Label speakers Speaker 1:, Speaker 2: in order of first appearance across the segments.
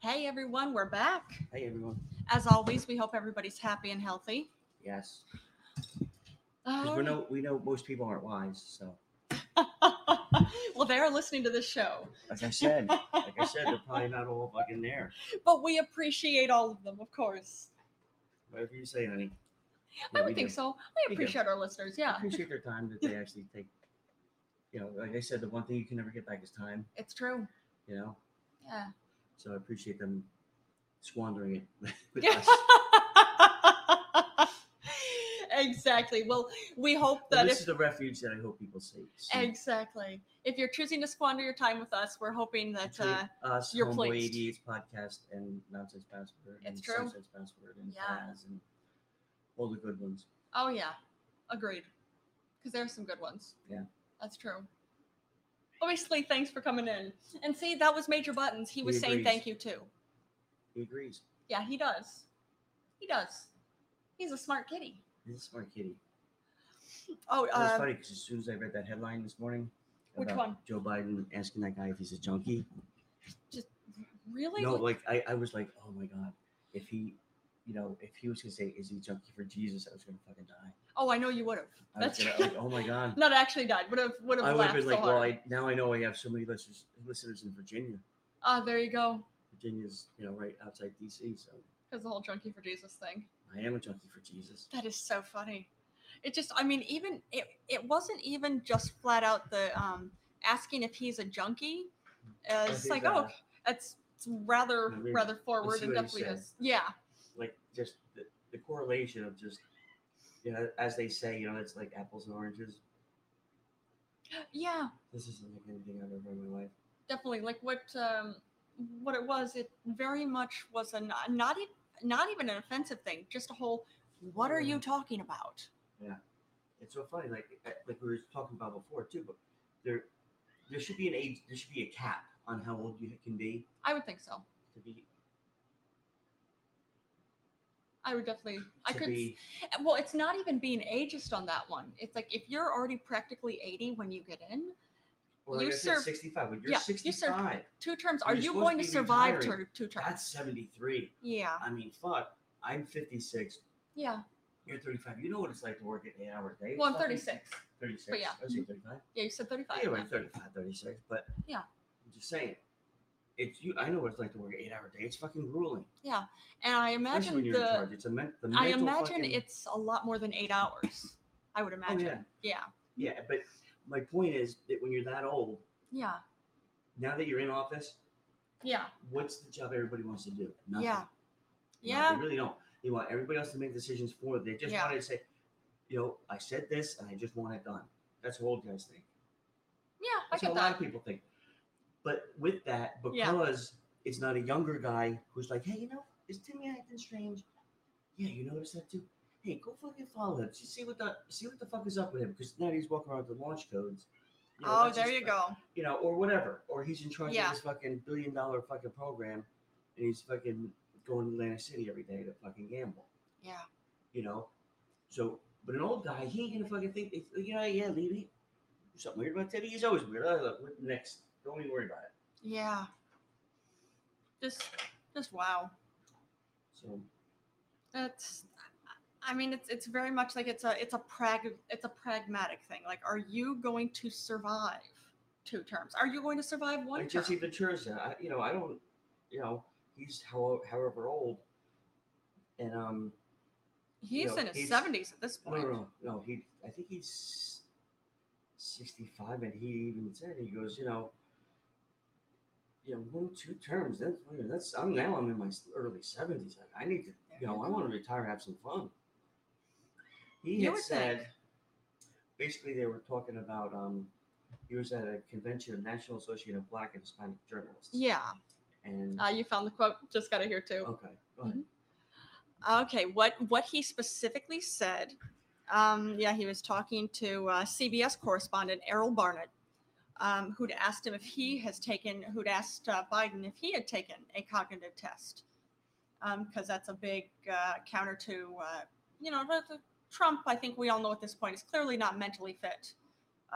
Speaker 1: Hey everyone, we're back.
Speaker 2: Hey, everyone.
Speaker 1: As always, we hope everybody's happy and healthy.
Speaker 2: Yes. Because we
Speaker 1: Alright.
Speaker 2: know we know most people aren't wise. So,
Speaker 1: well, they're listening to the show,
Speaker 2: like I said, like I said, they're probably not all fucking there.
Speaker 1: but we appreciate all of them, of course.
Speaker 2: Whatever you say,
Speaker 1: I
Speaker 2: honey. Yeah,
Speaker 1: would
Speaker 2: we
Speaker 1: think
Speaker 2: do.
Speaker 1: so.
Speaker 2: We
Speaker 1: We
Speaker 2: do.
Speaker 1: appreciate our listeners.
Speaker 2: I
Speaker 1: Yeah,
Speaker 2: appreciate their time that they actually take. You know, like I said, the one thing you can never get back is time.
Speaker 1: it's true.
Speaker 2: You know,
Speaker 1: Yeah.
Speaker 2: so I appreciate them squandering it with
Speaker 1: Yeah.
Speaker 2: us.
Speaker 1: exactly. Well, we hope
Speaker 2: Well,
Speaker 1: that
Speaker 2: this
Speaker 1: if
Speaker 2: is the refuge that I hope people see. see
Speaker 1: exactly if you're choosing to squander your time with us, we're hoping that
Speaker 2: between
Speaker 1: uh,
Speaker 2: us,
Speaker 1: you're
Speaker 2: Homeboy
Speaker 1: pleased.
Speaker 2: ADH podcast, and Nonsense Password, and
Speaker 1: It's true.
Speaker 2: Sunsense Password, and
Speaker 1: Yeah.
Speaker 2: Taz, and all the good ones.
Speaker 1: Oh yeah, agreed. Because there are some good ones.
Speaker 2: Yeah.
Speaker 1: that's true. Obviously, thanks for coming in. And see, that was Major Buttons. He
Speaker 2: He
Speaker 1: was saying
Speaker 2: agrees.
Speaker 1: thank you too.
Speaker 2: He agrees.
Speaker 1: Yeah, he does. He does. He's a smart kitty.
Speaker 2: He's a smart kitty.
Speaker 1: Oh,
Speaker 2: It was
Speaker 1: uh,
Speaker 2: funny because as soon as I read that headline this morning,
Speaker 1: Which
Speaker 2: about
Speaker 1: one?
Speaker 2: Joe Biden asking that guy if he's a junkie.
Speaker 1: really?
Speaker 2: No, like I, I was like, oh my god, if he, you know, if he was gonna say, is he a junkie for Jesus, I was gonna fucking die.
Speaker 1: oh, I know you would have.
Speaker 2: I was
Speaker 1: That's
Speaker 2: gonna, like, oh my god,
Speaker 1: not actually died. Would have. Would
Speaker 2: I
Speaker 1: have
Speaker 2: would
Speaker 1: laughed
Speaker 2: have been
Speaker 1: so
Speaker 2: like, well,
Speaker 1: hard.
Speaker 2: I, now I know I have so many listeners, listeners in Virginia.
Speaker 1: Ah, there you go.
Speaker 2: Virginia's, you know, right outside D.C., so
Speaker 1: Because the whole junkie for Jesus thing.
Speaker 2: I am a junkie for Jesus.
Speaker 1: That is so funny. It just, I mean, even it, it wasn't even just flat out the um, asking if he's a junkie. Uh,
Speaker 2: I
Speaker 1: it's
Speaker 2: think
Speaker 1: like, oh,
Speaker 2: that-
Speaker 1: that's it's rather,
Speaker 2: I mean,
Speaker 1: rather
Speaker 2: what
Speaker 1: forward
Speaker 2: he
Speaker 1: and definitely
Speaker 2: said.
Speaker 1: is. Yeah,
Speaker 2: like just the, the correlation of just, you know, as they say, you know, it's like apples and oranges.
Speaker 1: yeah,
Speaker 2: This isn't like anything I've ever heard in my life.
Speaker 1: definitely. Like what, um, what it was, it very much was a not, not even, not even an offensive thing. Just a whole, what are you talking about?
Speaker 2: it's so funny like eh, like we were talking about before too but there there should be an age there should be a cap on how old you can be
Speaker 1: I would think so.
Speaker 2: to be
Speaker 1: I would definitely. I
Speaker 2: to
Speaker 1: could.
Speaker 2: be
Speaker 1: Well, it's not even being ageist on that one. It's like if you're already practically 80 when you get in,
Speaker 2: or like
Speaker 1: you
Speaker 2: I said,
Speaker 1: serve-
Speaker 2: 65 when you're
Speaker 1: yeah, you serve-
Speaker 2: 65
Speaker 1: two terms.
Speaker 2: You're
Speaker 1: Are you
Speaker 2: supposed
Speaker 1: going
Speaker 2: to
Speaker 1: to
Speaker 2: be
Speaker 1: survive
Speaker 2: retiring.
Speaker 1: two, two terms?
Speaker 2: that's 73
Speaker 1: yeah,
Speaker 2: i mean fuck i'm 56
Speaker 1: yeah.
Speaker 2: you're 35 you know what it's like to work an eight hour day
Speaker 1: Well, I'm
Speaker 2: Fucking
Speaker 1: 36.
Speaker 2: 36
Speaker 1: but yeah.
Speaker 2: i was 35
Speaker 1: Yeah, you said 35.
Speaker 2: anyway
Speaker 1: yeah.
Speaker 2: 35 36 but
Speaker 1: Yeah.
Speaker 2: i'm just saying it's you i know what it's like to work an eight hour day it's fucking grueling
Speaker 1: And I
Speaker 2: especially when
Speaker 1: imagine
Speaker 2: you're in
Speaker 1: the.
Speaker 2: charge it's a men- the
Speaker 1: I
Speaker 2: mental
Speaker 1: imagine
Speaker 2: fucking-
Speaker 1: it's a lot more than eight hours. I would
Speaker 2: oh,
Speaker 1: imagine.
Speaker 2: yeah
Speaker 1: yeah.
Speaker 2: yeah but my point is that when you're that old
Speaker 1: Yeah.
Speaker 2: now that you're in office,
Speaker 1: Yeah.
Speaker 2: what's the job everybody wants to do? Nothing.
Speaker 1: Yeah.
Speaker 2: You know,
Speaker 1: Yeah.
Speaker 2: They really don't. They want everybody else to make decisions for them. They just
Speaker 1: Yeah.
Speaker 2: want to say, you know, I said this and I just want it done. That's what old guys think.
Speaker 1: Yeah. I
Speaker 2: That's what
Speaker 1: get
Speaker 2: a lot
Speaker 1: that.
Speaker 2: of people think. But with that,
Speaker 1: Yeah.
Speaker 2: because it's not a younger guy who's like, hey, you know, is Timmy acting strange? Yeah, you notice that too. Hey, go fucking follow him. Just see what the see what the fuck is up with him because now he's walking around with the launch codes. You know,
Speaker 1: Oh,
Speaker 2: that's
Speaker 1: there
Speaker 2: just-
Speaker 1: you go.
Speaker 2: you know, or whatever, or he's in charge
Speaker 1: Yeah.
Speaker 2: of this fucking billion dollar fucking program, and he's fucking going to Atlantic City every day to fucking gamble,
Speaker 1: Yeah.
Speaker 2: you know. So, but an old guy, he ain't gonna fucking think, it's, you know, yeah, leave it. Something weird about Teddy. He's always weird. Oh, look, what- next, don't even worry about it.
Speaker 1: Yeah. Just, just wow.
Speaker 2: So,
Speaker 1: That's. I mean, it's it's very much like it's a it's a prag it's a pragmatic thing. Like, are you going to survive two terms? Are you going to survive one
Speaker 2: like
Speaker 1: term?
Speaker 2: Jesse Ventura, I, you know, I don't, you know, he's how, however old, and um,
Speaker 1: He's
Speaker 2: know,
Speaker 1: in his
Speaker 2: he's-
Speaker 1: seventies at this
Speaker 2: no, no,
Speaker 1: point.
Speaker 2: no, no, he, I think he's sixty-five, and he even said he goes, you know, you know, one, two terms. That's that's. I'm now. I'm in my early seventies. I, I need to. You know, I want to retire, and have some fun. He
Speaker 1: You
Speaker 2: had
Speaker 1: would
Speaker 2: said.
Speaker 1: think.
Speaker 2: Basically, they were talking about. Um, he was at a convention of National Association of Black and Hispanic Journalists.
Speaker 1: Yeah,
Speaker 2: And
Speaker 1: uh, mm-hmm. you found the quote. Just got it here too.
Speaker 2: okay, go ahead.
Speaker 1: Okay, what what he specifically said? Um, yeah, he was talking to uh, CBS correspondent Errol Barnett, um, who'd asked him if he has taken, who'd asked uh, Biden if he had taken a cognitive test, because that's a big uh, counter to uh, you know the- the Trump. I think we all know at this point is clearly not mentally fit.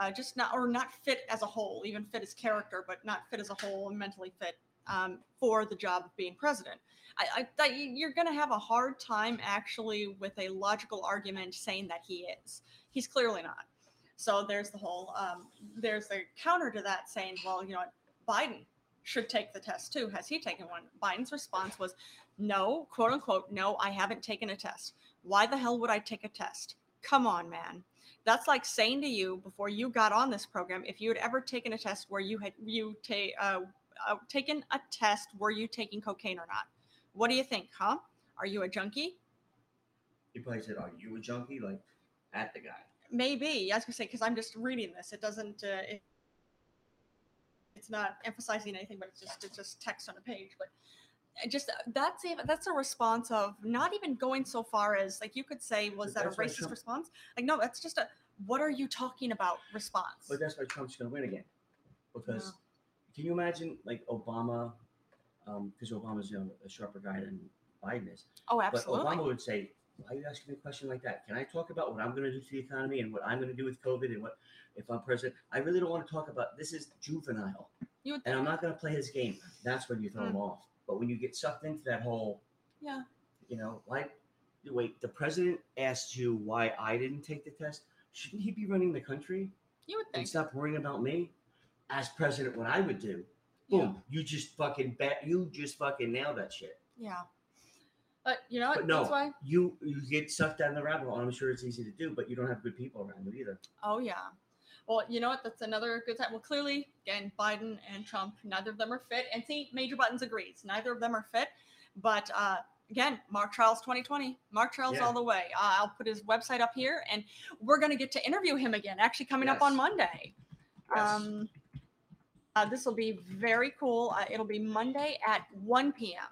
Speaker 1: Uh, just not or not fit as a whole even fit as character but not fit as a whole and mentally fit um, for the job of being president. I, I, I, you're going to have a hard time actually with a logical argument saying that he is. He's clearly not. So there's the whole, um, there's the counter to that saying, well, you know, what, Biden should take the test too. Has he taken one? Biden's response was, no, quote unquote, no, I haven't taken a test. Why the hell would I take a test? Come on, man. That's like saying to you before you got on this program, if you had ever taken a test where you had you take uh, uh, taken a test, were you taking cocaine or not? What do you think, huh? Are you a junkie?
Speaker 2: He probably said, "Are you a junkie?" Like at the guy.
Speaker 1: Maybe. I was gonna say because I'm just reading this. It doesn't. Uh, it, it's not emphasizing anything, but it's just it's just text on a page. But uh, just that's a, that's a response of not even going so far as like you could say was
Speaker 2: But
Speaker 1: that a
Speaker 2: that's why
Speaker 1: racist
Speaker 2: Trump-
Speaker 1: response? Like no, that's just a what are you talking about response.
Speaker 2: But that's why Trump's going to win again. Because
Speaker 1: No.
Speaker 2: can you imagine, like, Obama, because Obama's, you know, a sharper guy than Biden is.
Speaker 1: oh,
Speaker 2: But
Speaker 1: absolutely.
Speaker 2: Obama would say, why are you asking me a question like that? Can I talk about what I'm going to do to the economy and what I'm going to do with COVID and what, if I'm president, I really don't want to talk about, this is juvenile.
Speaker 1: You would Mm.
Speaker 2: And I'm not going to play his game. That's when you throw him off. But when you get sucked into that whole,
Speaker 1: Yeah.
Speaker 2: you know, why, wait, the president asked you why I didn't take the test. Shouldn't he be running the country?
Speaker 1: you would
Speaker 2: and
Speaker 1: think.
Speaker 2: stop worrying about me as president what I would do. Boom. You just fucking bet you just fucking nailed that shit.
Speaker 1: Yeah. But you know what?
Speaker 2: But no.
Speaker 1: That's why.
Speaker 2: You you get sucked down the rabbit hole. and I'm sure it's easy to do, but you don't have good people around you either.
Speaker 1: Oh yeah. Well, you know what? That's another good time. Well, clearly, again, Biden and Trump, neither of them are fit. And see, Major Buttons agrees, neither of them are fit. But uh, again, Mark Charles 2020, Mark Charles
Speaker 2: Yeah.
Speaker 1: all the way. Uh, I'll put his website up here, and we're going to get to interview him again. Actually, coming up on
Speaker 2: Yes.
Speaker 1: Monday. Um, uh, this will be very cool. Uh, it'll be Monday at 1 p.m.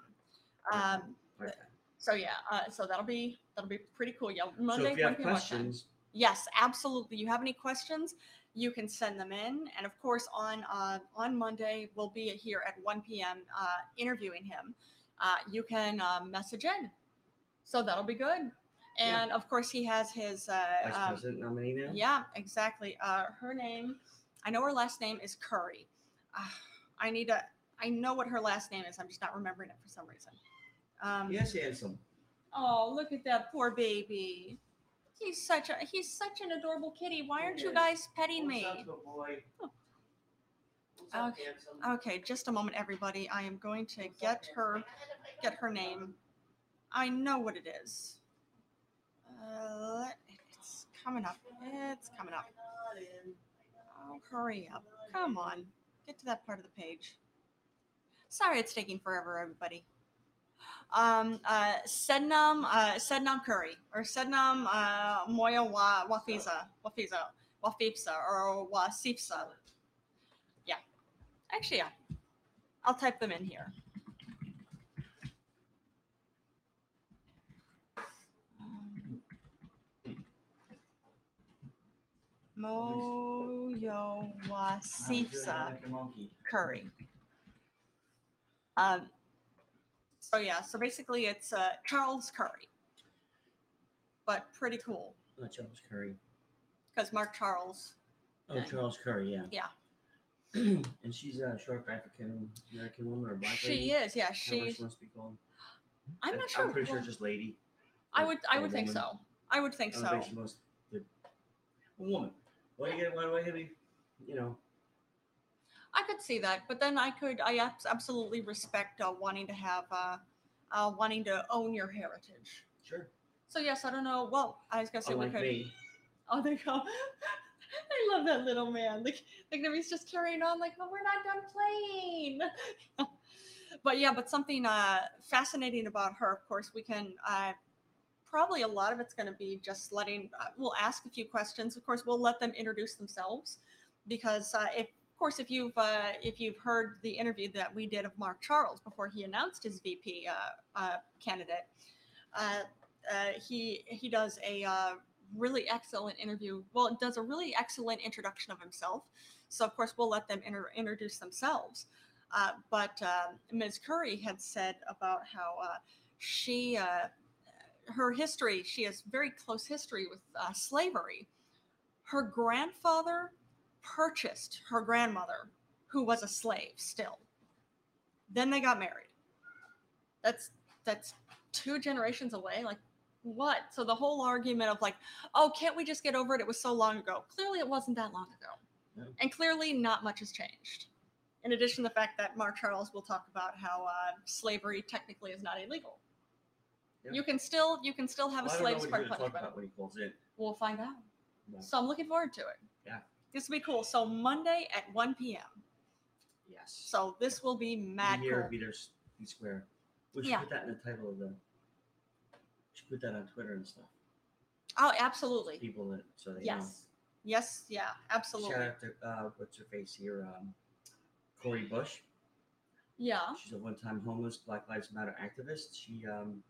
Speaker 1: Um,
Speaker 2: Okay.
Speaker 1: so yeah, uh, so that'll be that'll be pretty cool. Yeah, Monday.
Speaker 2: so if you
Speaker 1: 1
Speaker 2: have
Speaker 1: p.m. watch time.
Speaker 2: questions,
Speaker 1: Yes, absolutely. You have any questions, you can send them in. And of course, on uh, on Monday, we'll be here at 1 p.m. Uh, interviewing him. Uh, you can uh, message in. So that'll be good.
Speaker 2: Yeah.
Speaker 1: And of course, he has his. Uh,
Speaker 2: vice
Speaker 1: um,
Speaker 2: president nominee now.
Speaker 1: yeah, exactly. Uh, her name, I know her last name is Curry. Uh, I need to, I know what her last name is. I'm just not remembering it for some reason. Um,
Speaker 2: Yes, handsome.
Speaker 1: Oh, look at that poor baby. He's such a he's such an adorable kitty. Why
Speaker 2: He
Speaker 1: aren't you
Speaker 2: is.
Speaker 1: guys petting me?
Speaker 2: What's up, little boy? What's up,
Speaker 1: Okay.
Speaker 2: handsome?
Speaker 1: Okay, just a moment, everybody. I am going to
Speaker 2: What's up,
Speaker 1: get
Speaker 2: handsome?
Speaker 1: her get her name. I know what it is. Uh, let- it's coming up. It's coming up. Oh, hurry up. Come on. Get to that part of the page. Sorry it's taking forever, everybody. Um, uh, Sednam, uh, Sednam Curry, or Sednam uh, Moya Wa, Wafiza, Wafiza, Wafifsa, or Wasifsa. Yeah. Actually, yeah. I'll type them in here. Moyo
Speaker 2: Oh, you're
Speaker 1: Wasifsa.
Speaker 2: like a monkey.
Speaker 1: Curry. Um, so yeah, so basically it's uh, Charles Curry, but pretty cool
Speaker 2: Oh, Charles Curry.
Speaker 1: because Mark Charles.
Speaker 2: Oh,
Speaker 1: Okay.
Speaker 2: Charles Curry, yeah.
Speaker 1: Yeah.
Speaker 2: and she's a sharp African American woman or black lady.
Speaker 1: She is, yeah.
Speaker 2: However
Speaker 1: She,
Speaker 2: she wants to be called.
Speaker 1: I'm
Speaker 2: I-
Speaker 1: not sure.
Speaker 2: I'm pretty sure
Speaker 1: who-
Speaker 2: just lady.
Speaker 1: I
Speaker 2: or-
Speaker 1: would, I
Speaker 2: or
Speaker 1: would think
Speaker 2: woman.
Speaker 1: so. I would think
Speaker 2: I don't
Speaker 1: so.
Speaker 2: think she wants to. A woman. Why do you get? Why do I gotta be? You know.
Speaker 1: I could see that, but then I could, I abs- absolutely respect uh, wanting to have, uh, uh, wanting to own your heritage.
Speaker 2: Sure.
Speaker 1: So yes, I don't know. Well, I was gonna say we
Speaker 2: Unlike
Speaker 1: could.
Speaker 2: me.
Speaker 1: Oh, they go. I love that little man. Like, like he's just carrying on, like, oh, we're not done playing. but yeah, but something uh, fascinating about her, of course, we can uh, probably a lot of it's going to be just letting, uh, we'll ask a few questions. Of course, we'll let them introduce themselves because uh, if, of course, if you've uh, if you've heard the interview that we did of Mark Charles before he announced his VP uh, uh, candidate, uh, uh, he he does a uh, really excellent interview. Well, it does a really excellent introduction of himself. So, of course, we'll let them inter- introduce themselves. Uh, but uh, Ms. Curry had said about how uh, she, uh, her history, she has very close history with uh, slavery. Her grandfather purchased her grandmother, who was a slave still. Then they got married. That's that's two generations away. Like what? So the whole argument of like, oh, can't we just get over it? It was so long ago. Clearly, it wasn't that long ago,
Speaker 2: No.
Speaker 1: and clearly, not much has changed. In addition, to the fact that Mark Charles will talk about how uh, slavery technically is not illegal.
Speaker 2: Yeah.
Speaker 1: You can still you can still have
Speaker 2: Well,
Speaker 1: a
Speaker 2: I don't
Speaker 1: slave
Speaker 2: know what
Speaker 1: as
Speaker 2: he's
Speaker 1: part of
Speaker 2: gonna talk
Speaker 1: punishment.
Speaker 2: about when he calls in.
Speaker 1: We'll find out.
Speaker 2: No.
Speaker 1: So I'm looking forward to it.
Speaker 2: Yeah.
Speaker 1: This will be cool. So Monday at 1 p.m.
Speaker 2: Yes.
Speaker 1: So this will be mad
Speaker 2: Be here,
Speaker 1: cool.
Speaker 2: be there, s- be square. We should
Speaker 1: Yeah.
Speaker 2: put that in the title of the. we Should put that on Twitter and stuff.
Speaker 1: Oh, absolutely.
Speaker 2: People that so they know.
Speaker 1: Yes. Yes. Yeah. Absolutely.
Speaker 2: Shout out to uh, what's her face here, um, Corey Bush.
Speaker 1: Yeah.
Speaker 2: She's a one-time homeless Black Lives Matter activist. She um,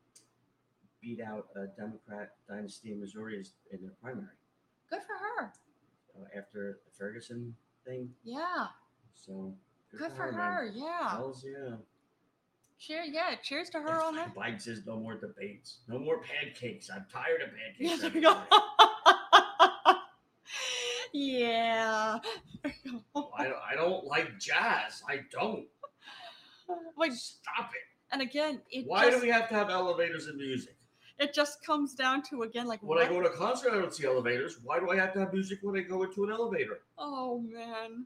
Speaker 2: beat out a Democrat dynasty in Missouri as- in their primary
Speaker 1: Good for her.
Speaker 2: uh, after the Ferguson thing.
Speaker 1: Yeah.
Speaker 2: So
Speaker 1: Good for
Speaker 2: man.
Speaker 1: her. Yeah.
Speaker 2: Hells yeah.
Speaker 1: Cheer. Yeah. Cheers to her
Speaker 2: That's
Speaker 1: on
Speaker 2: why
Speaker 1: that.
Speaker 2: Biden says no more debates, no more pancakes. I'm tired of
Speaker 1: Yeah.
Speaker 2: pancakes.
Speaker 1: There we go.
Speaker 2: everybody."
Speaker 1: yeah.
Speaker 2: I don't, I don't like jazz. I don't.
Speaker 1: Wait.
Speaker 2: Stop it.
Speaker 1: And again, it
Speaker 2: Why
Speaker 1: just
Speaker 2: do we have to have elevators in music?
Speaker 1: it just comes down to again like
Speaker 2: When I go to a concert, I don't see elevators. Why do I have to have music when I go into an elevator?
Speaker 1: oh man.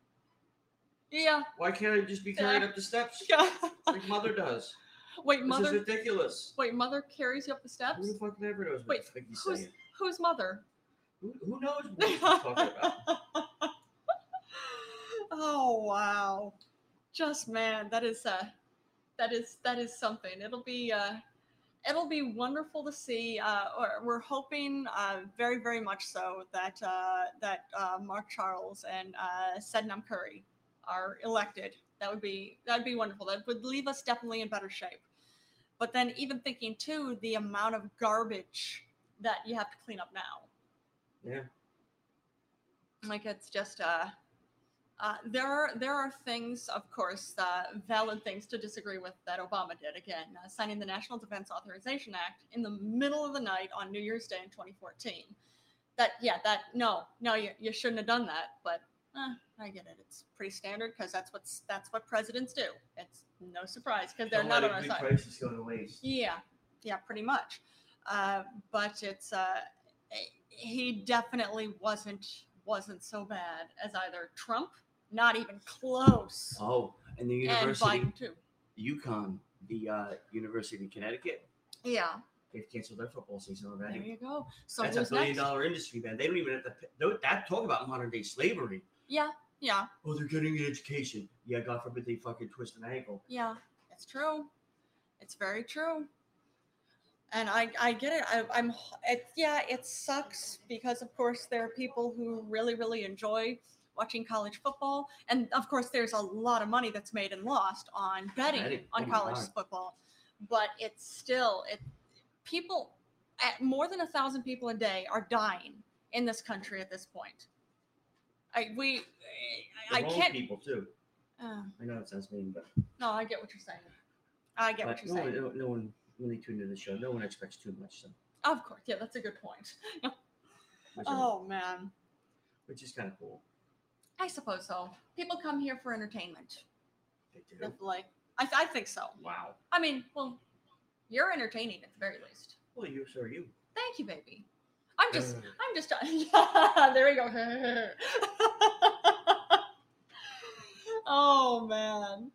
Speaker 1: Yeah.
Speaker 2: Why can't I just be carried up the steps?
Speaker 1: Yeah.
Speaker 2: like mother does.
Speaker 1: Wait,
Speaker 2: This
Speaker 1: mother.
Speaker 2: is ridiculous.
Speaker 1: Wait, mother carries you up the
Speaker 2: Who
Speaker 1: steps?
Speaker 2: the fuck ever knows what
Speaker 1: Wait,
Speaker 2: the fuck he's
Speaker 1: who's-
Speaker 2: saying?
Speaker 1: Who's mother?
Speaker 2: Who, who knows what he's talking about?
Speaker 1: oh wow. Just man, that is uh that is that is something. It'll be uh it'll be wonderful to see. Uh, or we're hoping uh, very, very much so that uh, that uh, Mark Charles and uh, Sednam Curry are elected. That would be that would be wonderful. That would leave us definitely in better shape. But then, even thinking too, the amount of garbage that you have to clean up now.
Speaker 2: Yeah.
Speaker 1: Like it's just uh, uh, there are there are things, of course, uh, valid things to disagree with that Obama did. Again, uh, signing the National Defense Authorization Act in the middle of the night on New Year's Day in 2014. That yeah, that no, no, you, you shouldn't have done that. But eh, I get it; it's pretty standard because that's what's that's what presidents do. It's no surprise because they're
Speaker 2: Don't
Speaker 1: not on
Speaker 2: let a
Speaker 1: our
Speaker 2: good
Speaker 1: side.
Speaker 2: crisis go to waste.
Speaker 1: Yeah, yeah, pretty much. Uh, but it's uh, he definitely wasn't wasn't so bad as either Trump, not even close,
Speaker 2: Oh, and the
Speaker 1: and
Speaker 2: university,
Speaker 1: Biden too.
Speaker 2: UConn, the uh, University in Connecticut,
Speaker 1: Yeah,
Speaker 2: they've canceled their football season
Speaker 1: there
Speaker 2: already.
Speaker 1: you go. So
Speaker 2: That's a
Speaker 1: who's
Speaker 2: billion
Speaker 1: next?
Speaker 2: dollar industry, man. They don't even have to. pay- tho- That talk about modern day slavery.
Speaker 1: Yeah, yeah,
Speaker 2: Oh, they're getting an education. Yeah, God forbid they fucking twist an ankle.
Speaker 1: yeah. It's true. It's very true. And I, I get it. I, I'm, it, yeah, it sucks because, of course, there are people who really, really enjoy watching college football. And, of course, there's a lot of money that's made and lost on betting
Speaker 2: Betting.
Speaker 1: on
Speaker 2: Oh my
Speaker 1: college
Speaker 2: God.
Speaker 1: football. But it's still, it, people, at more than a thousand people a day are dying in this country at this point. I, we,
Speaker 2: The
Speaker 1: I, I
Speaker 2: wrong
Speaker 1: can't.
Speaker 2: people too.
Speaker 1: Uh,
Speaker 2: I know it sounds mean, but,
Speaker 1: no, I get what you're saying. I get
Speaker 2: but
Speaker 1: what you're
Speaker 2: no,
Speaker 1: saying.
Speaker 2: one, no, no one when they tune into the show, no one expects too much. So,
Speaker 1: Of course, yeah, that's a good point.
Speaker 2: which is-
Speaker 1: Oh man,
Speaker 2: which is kind of cool.
Speaker 1: I suppose so. People come here for entertainment.
Speaker 2: They do.
Speaker 1: If, Like, I, I think so.
Speaker 2: Wow.
Speaker 1: I mean, well, you're entertaining at the very least.
Speaker 2: Well, you, so are you.
Speaker 1: Thank you, baby. I'm just,
Speaker 2: Uh.
Speaker 1: I'm just. there we go. oh man,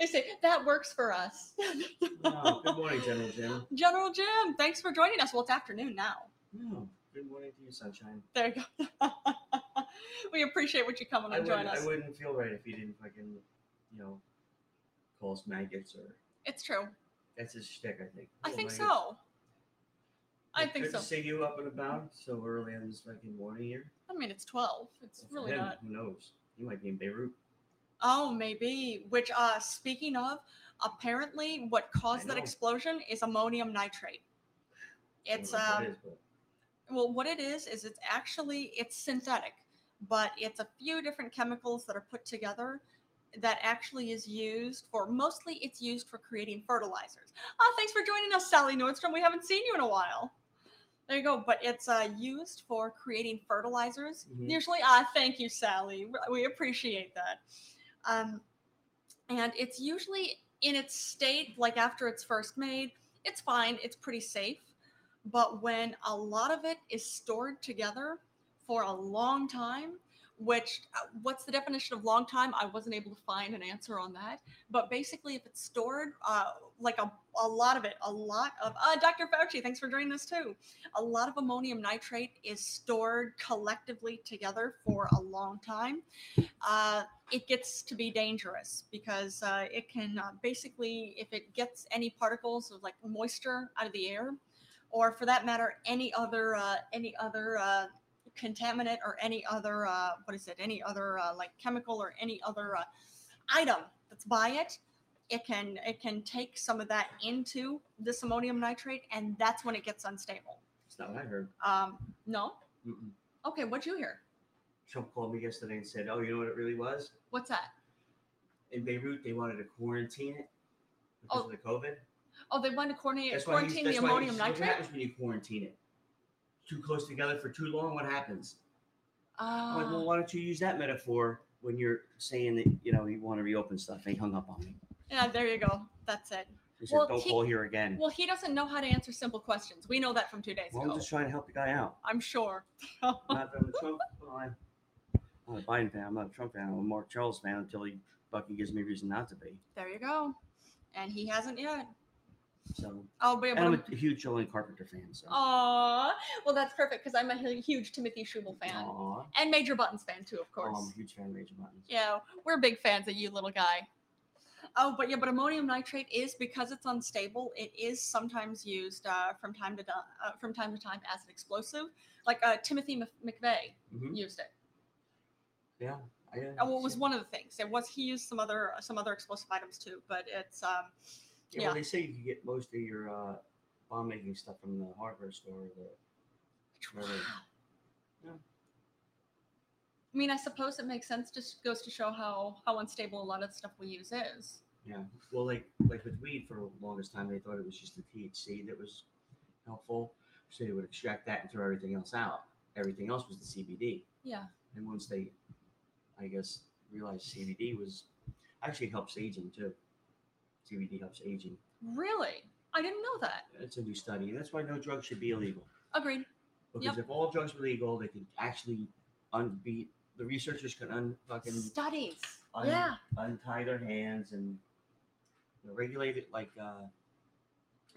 Speaker 1: they say that works for us.
Speaker 2: Oh, good morning, General Jim.
Speaker 1: General Jim, thanks for joining us. Well, it's afternoon now.
Speaker 2: No, good morning to you, sunshine.
Speaker 1: There you go. we appreciate what you coming
Speaker 2: I
Speaker 1: and joining
Speaker 2: wouldn't, I
Speaker 1: us.
Speaker 2: wouldn't feel right if you didn't fucking, you know, call us maggots or
Speaker 1: It's true.
Speaker 2: that's his shtick, I think.
Speaker 1: I
Speaker 2: Little
Speaker 1: think
Speaker 2: maggots.
Speaker 1: so. I
Speaker 2: Good-
Speaker 1: think
Speaker 2: good
Speaker 1: so.
Speaker 2: To see you up and about so early on this fucking morning here.
Speaker 1: I mean, it's 12. It's
Speaker 2: Well, for
Speaker 1: really
Speaker 2: him,
Speaker 1: not.
Speaker 2: Who knows? You might be in Beirut.
Speaker 1: Oh, maybe. Which, uh, speaking of, apparently what caused that
Speaker 2: know.
Speaker 1: explosion is ammonium nitrate.
Speaker 2: I don't
Speaker 1: It's,
Speaker 2: know what
Speaker 1: um,
Speaker 2: that is, but
Speaker 1: well, what it is, is it's actually, it's synthetic, but it's a few different chemicals that are put together that actually is used for, mostly it's used for creating fertilizers. Ah, thanks for joining us, Sally Nordstrom. We haven't seen you in a while. There you go. But it's uh, used for creating fertilizers.
Speaker 2: Mhm.
Speaker 1: Usually, ah, thank you, Sally. We- We appreciate that. Um, and it's usually in its state, like after it's first made, it's fine, it's pretty safe. But when a lot of it is stored together for a long time, which uh, what's the definition of long time? I wasn't able to find an answer on that. But basically, if it's stored, uh, like a, a lot of it, a lot of, uh, Dr. Fauci, thanks for joining us too. A lot of ammonium nitrate is stored collectively together for a long time. Uh, it gets to be dangerous because uh, it can uh, basically, if it gets any particles of like moisture out of the air, or for that matter, any other uh, any other uh, contaminant or any other uh, what is it? Any other uh, like chemical or any other uh, item that's by it, it can it can take some of that into this ammonium nitrate, and that's when it gets unstable.
Speaker 2: It's not what I heard.
Speaker 1: Um, no,
Speaker 2: Mm-mm.
Speaker 1: okay, what'd you hear?
Speaker 2: Trump called me yesterday and said, "Oh, you know what it really was?
Speaker 1: What's that?
Speaker 2: In Beirut, they wanted to quarantine it because
Speaker 1: Oh.
Speaker 2: of the COVID.
Speaker 1: Oh, they want to coordinate
Speaker 2: That's why he's-
Speaker 1: quarantine
Speaker 2: that's
Speaker 1: the
Speaker 2: why
Speaker 1: ammonium
Speaker 2: he's- What
Speaker 1: nitrate.
Speaker 2: happens when you quarantine it? Too close together for too long. What happens? I'm like, well,
Speaker 1: Uh,
Speaker 2: why don't you use that metaphor when you're saying that you know you want to reopen stuff? They hung up on me.
Speaker 1: yeah, there you go. That's it.
Speaker 2: He said,
Speaker 1: Well,
Speaker 2: "Don't
Speaker 1: he-
Speaker 2: call here again."
Speaker 1: Well, he doesn't know how to answer simple questions. We know that from two days
Speaker 2: Well, I'm
Speaker 1: ago.
Speaker 2: just trying to help the guy out.
Speaker 1: I'm sure.
Speaker 2: I'm not I'm a Trump. I'm not a Biden fan. I'm not a Trump fan. I'm a Mark Charles fan until he fucking gives me a reason not to be.
Speaker 1: There you go. And he hasn't yet.
Speaker 2: So,
Speaker 1: Oh, but
Speaker 2: and I'm a huge Jolene Carpenter fan. So,
Speaker 1: Aw, well, that's perfect because I'm a hu- huge Timothy Schubel fan
Speaker 2: Aw.
Speaker 1: and Major Buttons fan too, of
Speaker 2: Oh,
Speaker 1: course.
Speaker 2: I'm a huge fan of Rage Buttons.
Speaker 1: yeah, we're big fans of you, little guy. Oh, but yeah, but ammonium nitrate is because it's unstable. It is sometimes used uh, from time to di- uh, from time to time as an explosive, like uh, Timothy Mc- McVeigh
Speaker 2: hmm
Speaker 1: used it.
Speaker 2: Yeah, I, uh,
Speaker 1: Oh, well, it was
Speaker 2: yeah.
Speaker 1: one of the things. It was he used some other some other explosive items too, but it's um,
Speaker 2: Yeah,
Speaker 1: yeah.
Speaker 2: Well, they say you can get most of your uh, bomb making stuff from the hardware store. Or the,
Speaker 1: wow.
Speaker 2: where they- Yeah.
Speaker 1: I mean, I suppose it makes sense. Just goes to show how how unstable a lot of the stuff we use is.
Speaker 2: yeah. Well, like like with weed for the longest time, they thought it was just the THC that was helpful, so they would extract that and throw everything else out. Everything else was the CBD.
Speaker 1: Yeah.
Speaker 2: And once they, I guess, realized CBD was actually helps aging too. CBD helps aging.
Speaker 1: Really, I didn't know that.
Speaker 2: It's a new study, and that's why no drug should be illegal.
Speaker 1: Agreed.
Speaker 2: Because if all drugs were legal, they could actually unbeat the researchers could un fucking
Speaker 1: Studies.
Speaker 2: I-
Speaker 1: yeah.
Speaker 2: untie their hands and you know, regulate it like uh,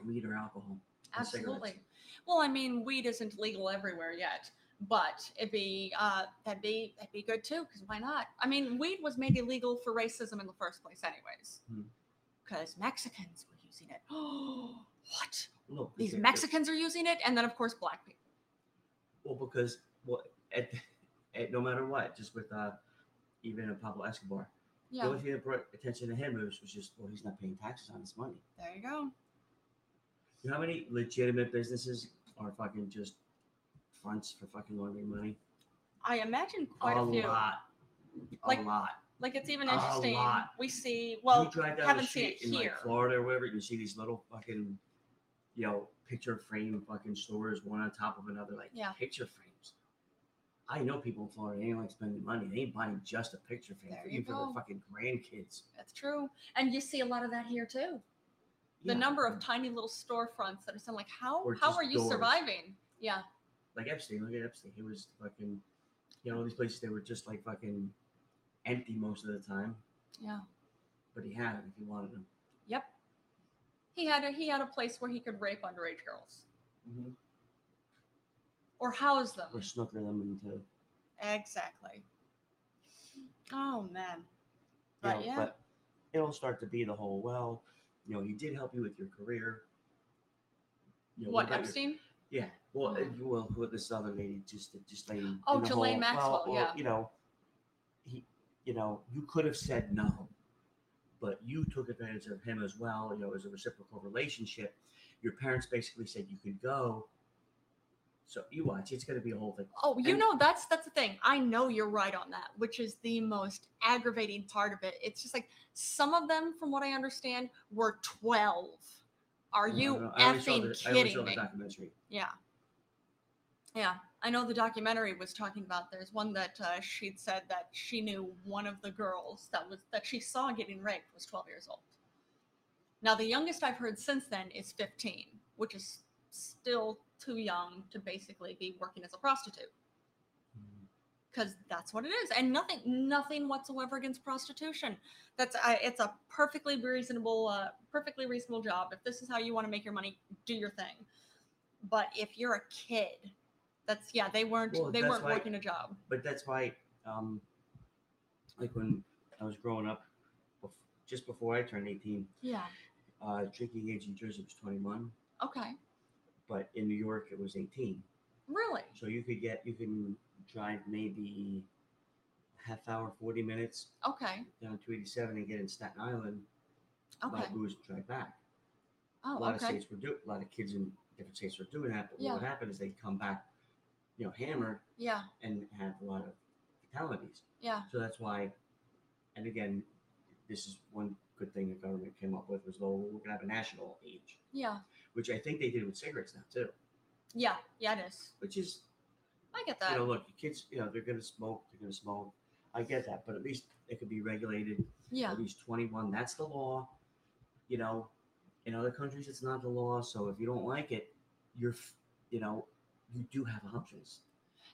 Speaker 2: weed or alcohol. and cigarettes.
Speaker 1: Absolutely. Well, I mean, weed isn't legal everywhere yet, but it'd be uh, that'd be that'd be good too, because why not? I mean, weed was made illegal for racism in the first place, anyways,
Speaker 2: Hmm.
Speaker 1: because Mexicans were using it. Oh, what?
Speaker 2: Look,
Speaker 1: These
Speaker 2: they're-
Speaker 1: Mexicans are using it, and then of course black people.
Speaker 2: Well, because well, at, at no matter what, just with uh, even a Pablo Escobar, the
Speaker 1: Yeah.
Speaker 2: only thing that brought attention to him was, was just, well, he's not paying taxes on his money.
Speaker 1: There you go.
Speaker 2: You know how many legitimate businesses are fucking just fronts for fucking laundering money?
Speaker 1: I imagine quite a,
Speaker 2: Oh,
Speaker 1: few.
Speaker 2: lot. A
Speaker 1: Like,
Speaker 2: lot.
Speaker 1: Like it's even
Speaker 2: A
Speaker 1: interesting.
Speaker 2: lot.
Speaker 1: We see.
Speaker 2: you
Speaker 1: Well,
Speaker 2: drive down
Speaker 1: haven't
Speaker 2: the
Speaker 1: seen
Speaker 2: street
Speaker 1: it
Speaker 2: in like
Speaker 1: here.
Speaker 2: Florida or wherever, you can see these little fucking, you know, picture frame fucking stores, one on top of another, like
Speaker 1: Yeah.
Speaker 2: picture frames. I know people in Florida they ain't like spending money. They ain't buying just a picture frame
Speaker 1: There
Speaker 2: for,
Speaker 1: you
Speaker 2: even for their
Speaker 1: go.
Speaker 2: fucking grandkids.
Speaker 1: that's true, and you see a lot of that here too. The
Speaker 2: Yeah.
Speaker 1: number of tiny little storefronts that are saying like, how
Speaker 2: Or
Speaker 1: how
Speaker 2: just
Speaker 1: are you
Speaker 2: doors.
Speaker 1: surviving? Yeah.
Speaker 2: like Epstein. Look at Epstein. He was fucking, you know, all these places they were just like fucking empty most of the time,
Speaker 1: Yeah.
Speaker 2: but he had them if he wanted them.
Speaker 1: Yep. He had a he had a place where he could rape underage girls Mm-hmm. or house them.
Speaker 2: Or snooker them into.
Speaker 1: Exactly. Oh man.
Speaker 2: you
Speaker 1: But
Speaker 2: know,
Speaker 1: yeah.
Speaker 2: But it'll start to be the whole. Well, you know, he did help you with your career. You know,
Speaker 1: what
Speaker 2: about your-
Speaker 1: Epstein?
Speaker 2: yeah. Well,
Speaker 1: Mhm.
Speaker 2: you well, who this other lady just just lady.
Speaker 1: Oh,
Speaker 2: and the
Speaker 1: Ghislaine
Speaker 2: whole,
Speaker 1: Maxwell,
Speaker 2: well,
Speaker 1: yeah.
Speaker 2: You know, he. You know, you could have said no, but you took advantage of him as well. You know, it was a reciprocal relationship. Your parents basically said you could go. So you watch, it's going to be a whole thing.
Speaker 1: Oh, you
Speaker 2: And-
Speaker 1: know that's that's the thing. I know you're right on that, which is the most aggravating part of it. It's just like some of them, from what I understand, were twelve. Are
Speaker 2: I don't
Speaker 1: you
Speaker 2: know, I only saw
Speaker 1: effing
Speaker 2: the- I only saw
Speaker 1: kidding
Speaker 2: the
Speaker 1: me?
Speaker 2: documentary.
Speaker 1: Yeah. Yeah. I know the documentary was talking about there's one that uh, she'd said that she knew one of the girls that was that she saw getting raped was 12 years old. Now, the youngest I've heard since then is 15, which is still too young to basically be working as a prostitute because that's what it is and nothing nothing whatsoever against prostitution that's I, it's a perfectly reasonable uh, perfectly reasonable job if this is how you want to make your money do your thing but if you're a kid that's yeah they weren't
Speaker 2: Well,
Speaker 1: they
Speaker 2: that's
Speaker 1: weren't
Speaker 2: why-
Speaker 1: working a job
Speaker 2: but that's why um like when i was growing up bef- just before i turned 18
Speaker 1: yeah
Speaker 2: uh drinking age in jersey was 21
Speaker 1: okay
Speaker 2: but in new york it was 18
Speaker 1: really
Speaker 2: so you could get you can drive maybe a half hour 40 minutes
Speaker 1: okay
Speaker 2: down 287 and get in staten island buy
Speaker 1: okay
Speaker 2: booze and drive back a
Speaker 1: oh
Speaker 2: lot of
Speaker 1: okay
Speaker 2: states were do a lot of kids in different states were doing that but
Speaker 1: Yeah.
Speaker 2: what would happen is they'd come back you know hammered
Speaker 1: yeah
Speaker 2: and have a lot of fatalities
Speaker 1: yeah
Speaker 2: So that's why, and again, this is one good thing the government came up with was though we're gonna have a national age,
Speaker 1: yeah
Speaker 2: which I think they did with cigarettes now too.
Speaker 1: yeah yeah it is
Speaker 2: Which is,
Speaker 1: i get
Speaker 2: you
Speaker 1: that
Speaker 2: know, look, your kids, you know, they're gonna smoke, they're gonna smoke. I get that, but at least it could be regulated.
Speaker 1: yeah
Speaker 2: At least twenty-one, that's the law. You know, in other countries, it's not the law. So if you don't like it, you're, f- you know, you do have options.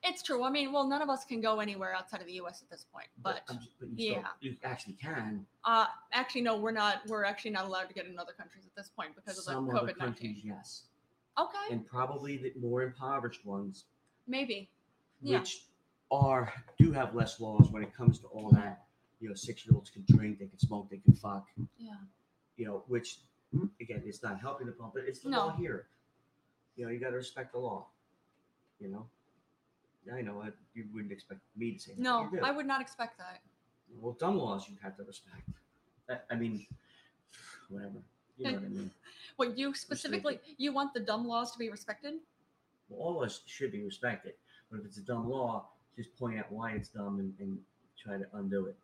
Speaker 1: it's true i mean well none of us can go anywhere outside of the us at this point but
Speaker 2: I'm just- but you still,
Speaker 1: yeah.
Speaker 2: you actually can.
Speaker 1: Uh, actually, no, we're not. We're actually not allowed to get in other countries at this point because of the
Speaker 2: Some other
Speaker 1: COVID nineteen.
Speaker 2: countries, yes.
Speaker 1: Okay,
Speaker 2: and probably the more impoverished ones,
Speaker 1: maybe. Yeah.
Speaker 2: which are do have less laws when it comes to all that. You know, six year olds can drink, they can smoke, they can fuck.
Speaker 1: Yeah.
Speaker 2: You know, which again, it's not helping the pump, but it's the
Speaker 1: No.
Speaker 2: law here. You know, you got to respect the law. You know, I know I, you wouldn't expect me to say that. but
Speaker 1: No,
Speaker 2: you do.
Speaker 1: I would not expect that.
Speaker 2: well, dumb laws you have to respect. I, I mean, whatever. You know what I mean?
Speaker 1: What you specifically, you want the dumb laws to be respected?
Speaker 2: Well, all laws should be respected. But if it's a dumb law, just point out why it's dumb and, and try to undo it.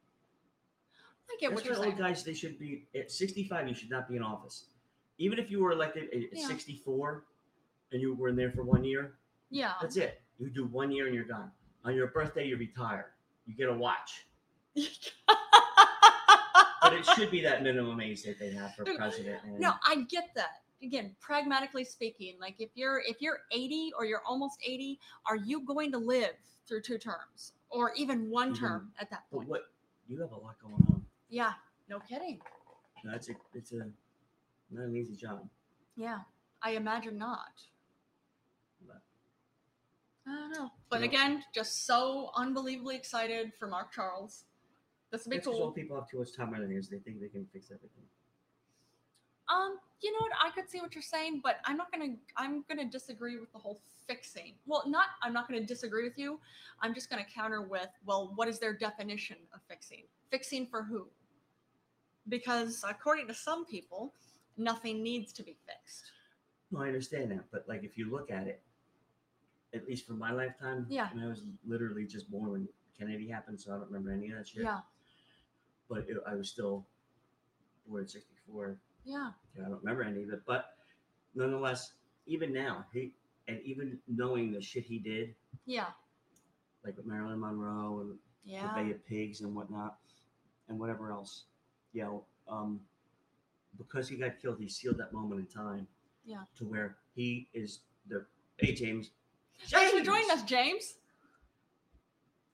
Speaker 1: I get what
Speaker 2: That's
Speaker 1: you're
Speaker 2: why old
Speaker 1: saying.
Speaker 2: guys they should be at 65. You should not be in office, even if you were elected at
Speaker 1: Yeah.
Speaker 2: 64, and you were in there for one year.
Speaker 1: Yeah,
Speaker 2: That's it. You do one year and you're done. On your birthday, you retire. You get a watch. But it should be that minimum age that they have for
Speaker 1: Dude,
Speaker 2: president. And
Speaker 1: no, I get that. Again, pragmatically speaking, like if you're if you're 80 or you're almost 80, are you going to live through two terms or even one
Speaker 2: Mhm.
Speaker 1: term at that
Speaker 2: But
Speaker 1: point?
Speaker 2: what you have a lot going on.
Speaker 1: Yeah, no kidding.
Speaker 2: That's a it's a not an easy job.
Speaker 1: Yeah, I imagine not.
Speaker 2: But-
Speaker 1: I don't know. But
Speaker 2: Yeah.
Speaker 1: again, just so unbelievably excited for Mark Charles. This will be
Speaker 2: That's 'cause
Speaker 1: cool.
Speaker 2: old people have too much time on their hands. They think they can fix everything.
Speaker 1: Um, you know what? I could see what you're saying, but I'm not gonna. I'm gonna disagree with the whole fixing. Well, not. I'm not gonna disagree with you. I'm just gonna counter with, well, what is their definition of fixing? Fixing for who? Because according to some people, nothing needs to be fixed.
Speaker 2: No, I understand that, but like if you look at it, at least for my lifetime,
Speaker 1: Yeah.
Speaker 2: I, mean, I was literally just born when Kennedy happened, so I don't remember any of that shit.
Speaker 1: Yeah.
Speaker 2: But it, I was still born in '64.
Speaker 1: Yeah.
Speaker 2: I don't remember any of it, but nonetheless, even now, he and even knowing the shit he did,
Speaker 1: Yeah.
Speaker 2: like with Marilyn Monroe and
Speaker 1: Yeah.
Speaker 2: the Bay of Pigs and whatnot, and whatever else, you know, um, because he got killed, he sealed that moment in time.
Speaker 1: Yeah.
Speaker 2: To where he is the hey James.
Speaker 1: Thanks for joining
Speaker 2: James!
Speaker 1: us, James.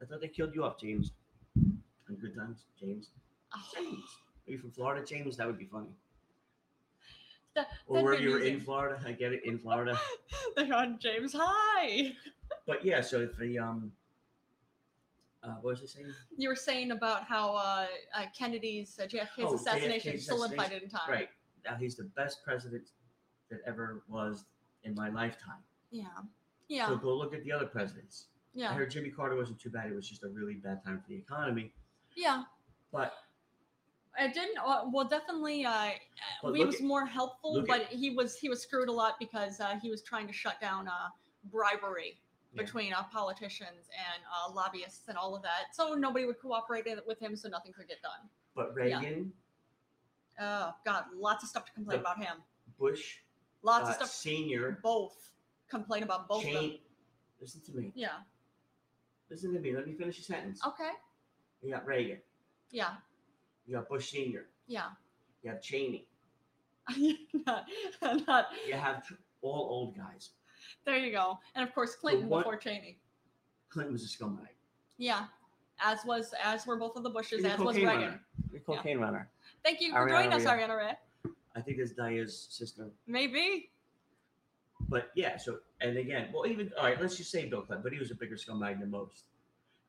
Speaker 2: I thought they killed you off, James. In good times, James. James.
Speaker 1: Oh,
Speaker 2: Are you from Florida, James? That would be funny.
Speaker 1: That-
Speaker 2: Or
Speaker 1: that'd
Speaker 2: where
Speaker 1: be
Speaker 2: you were in
Speaker 1: amazing.
Speaker 2: Florida. I get it in Florida.
Speaker 1: They're on James High.
Speaker 2: But yeah, so if the um uh what was I saying?
Speaker 1: You were saying about how uh, uh, Kennedy's uh, JFK's
Speaker 2: Oh,
Speaker 1: assassination
Speaker 2: JFK's
Speaker 1: solidified it in time.
Speaker 2: Right. Now he's the best president that ever was in my lifetime.
Speaker 1: Yeah. Yeah.
Speaker 2: So go look at the other presidents. I
Speaker 1: yeah.
Speaker 2: heard Jimmy Carter wasn't too bad. It was just a really bad time for the economy.
Speaker 1: Yeah.
Speaker 2: But
Speaker 1: It didn't. Uh, well, definitely. Uh,
Speaker 2: But
Speaker 1: he
Speaker 2: look
Speaker 1: was
Speaker 2: at-
Speaker 1: more helpful,
Speaker 2: look
Speaker 1: but
Speaker 2: at-
Speaker 1: he was he was screwed a lot because uh, he was trying to shut down uh, bribery
Speaker 2: Yeah.
Speaker 1: between uh, politicians and uh, lobbyists and all of that. So nobody would cooperate in- with him, so nothing could get done.
Speaker 2: but
Speaker 1: Yeah.
Speaker 2: Reagan,
Speaker 1: Oh God, lots of stuff to complain
Speaker 2: The-
Speaker 1: about him.
Speaker 2: Bush,
Speaker 1: Lots
Speaker 2: uh,
Speaker 1: of stuff
Speaker 2: senior,
Speaker 1: both complain about both of them.
Speaker 2: Cheney. Listen to me.
Speaker 1: Yeah.
Speaker 2: Listen to me. Let me finish your sentence.
Speaker 1: Okay.
Speaker 2: You got Reagan.
Speaker 1: Yeah.
Speaker 2: You got Bush Senior.
Speaker 1: Yeah.
Speaker 2: You got Cheney.
Speaker 1: not, not,
Speaker 2: You have tr- all old guys.
Speaker 1: there you go. And of course, Clinton
Speaker 2: one-
Speaker 1: before Cheney.
Speaker 2: Clinton was a scumbag.
Speaker 1: Yeah. As was, as were both of the Bushes,
Speaker 2: He's a
Speaker 1: as was
Speaker 2: cocaine
Speaker 1: Reagan.
Speaker 2: runner. He's a cocaine runner.
Speaker 1: Thank you for
Speaker 2: Ariana
Speaker 1: joining us,
Speaker 2: Reid.
Speaker 1: Ariana Red.
Speaker 2: I think that's Daya's sister.
Speaker 1: Maybe.
Speaker 2: But yeah, so and again, well, even all right, let's just say Bill Clinton, but he was a bigger scumbag than most.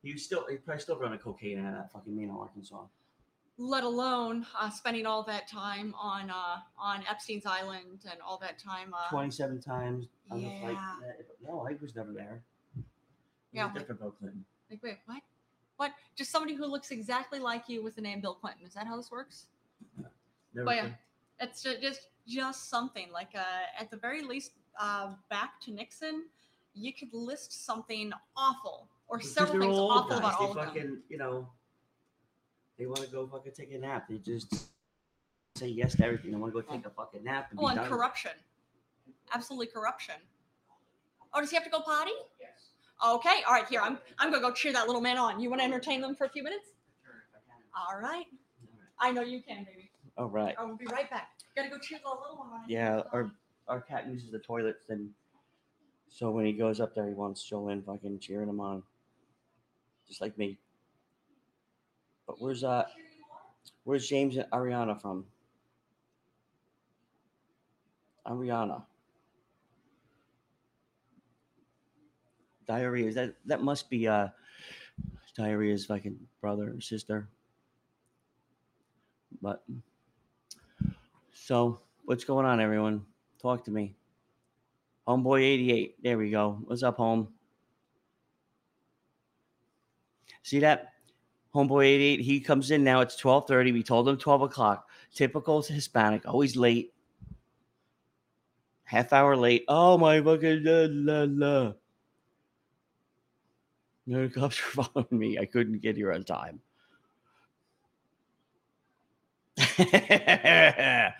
Speaker 2: He was still, he probably still running cocaine out of that fucking Mena, Arkansas.
Speaker 1: Let alone uh, spending all that time on uh, on Epstein's Island and all that time. Uh,
Speaker 2: Twenty-seven times on the flight.
Speaker 1: Yeah.
Speaker 2: No, Ike was never there. He was
Speaker 1: Yeah,
Speaker 2: a different Bill Clinton.
Speaker 1: like, wait, what? What? Just somebody who looks exactly like you with the name Bill Clinton. Is that how this works?
Speaker 2: Never
Speaker 1: But yeah,
Speaker 2: Clinton.
Speaker 1: it's ju- just just something like uh, at the very least, uh, back to Nixon, you could list something awful or
Speaker 2: Because
Speaker 1: several
Speaker 2: they're
Speaker 1: things
Speaker 2: all
Speaker 1: awful
Speaker 2: guys.
Speaker 1: about
Speaker 2: they
Speaker 1: all of
Speaker 2: fucking,
Speaker 1: them.
Speaker 2: you know, they want to go fucking take a nap. They just say yes to everything. They want to go take a fucking nap and
Speaker 1: Oh,
Speaker 2: be
Speaker 1: and
Speaker 2: done.
Speaker 1: corruption, absolutely corruption. Oh, does he have to go potty? Okay, all right. Here, I'm I'm gonna go cheer that little man on. You want to entertain them for a few minutes? All right. I know you can, baby.
Speaker 2: All right.
Speaker 1: I will be right back. Gotta go cheer the little one on.
Speaker 2: Yeah, our our cat uses the toilets, and so when he goes up there, he wants Jolene fucking cheering him on, just like me. But where's uh, where's James and Ariana from? Ariana. Diarrhea. Is that that must be uh, diarrhea's fucking brother or sister. But so what's going on, everyone? Talk to me. Homeboy eighty eight. There we go. What's up, home? See that? Homeboy eighty eight. He comes in now. It's twelve thirty. We told him twelve o'clock. Typical Hispanic. Always late. Half hour late. Oh my fucking la la la. No cops were following me. I couldn't get here on time. yeah,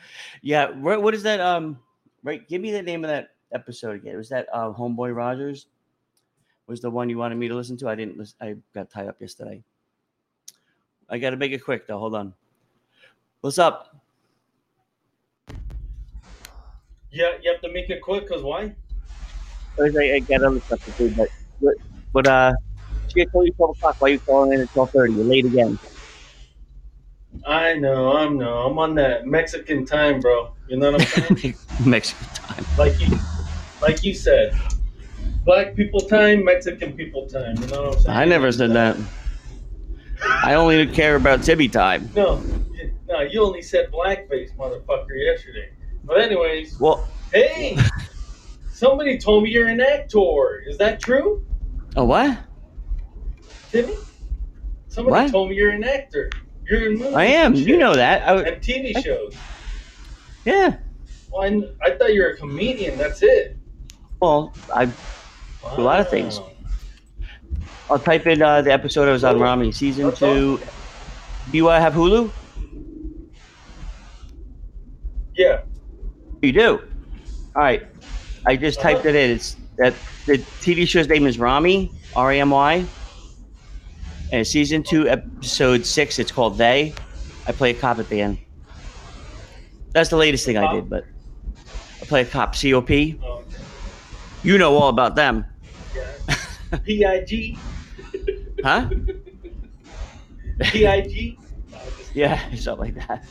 Speaker 2: wh- what is that? Um, right. Give me the name of that episode again. Was that uh, Homeboy Rogers? Was the one you wanted me to listen to? I didn't. Listen, I got tied up yesterday. I got to make it quick though. Hold on. What's up?
Speaker 3: Yeah, you have to make it quick, cause why?
Speaker 2: I, got other stuff to do, but but, but uh, she told you twelve o'clock. Why you calling in at twelve thirty? You're late again.
Speaker 3: I know, I know. I'm on that Mexican time, bro. You know what I'm saying?
Speaker 2: Mexican time.
Speaker 3: like you, like you said, black people time, Mexican people time. You know what I'm saying?
Speaker 2: I never said that. I only care about Tibby time.
Speaker 3: No, you- no. You only said blackface, motherfucker, yesterday. But anyways,
Speaker 2: Well,
Speaker 3: hey, somebody told me you're an actor. Is that true,
Speaker 2: a what?
Speaker 3: Timmy? Somebody
Speaker 2: What?
Speaker 3: told me you're an actor. You're in movies.
Speaker 2: I am.
Speaker 3: and
Speaker 2: You
Speaker 3: shit,
Speaker 2: know that. I, w-
Speaker 3: And TV shows.
Speaker 2: yeah.
Speaker 3: Well, I, kn- I thought you were a comedian. That's it.
Speaker 2: Well, I A lot of things. I'll type in uh, the episode I was on Rami season
Speaker 3: That's
Speaker 2: two. Do you uh, have Hulu?
Speaker 3: Yeah.
Speaker 2: You do. All right. I just typed it in. It's that the TV show's name is Rami R A M Y, and season two episode six. It's called They. I play a cop at the end. That's the latest thing I did, but I play a cop. C O P.
Speaker 3: Oh, okay.
Speaker 2: You know all about them,
Speaker 3: Yeah. P-I-G.
Speaker 2: huh?
Speaker 3: P-I-G.
Speaker 2: Yeah, something like that.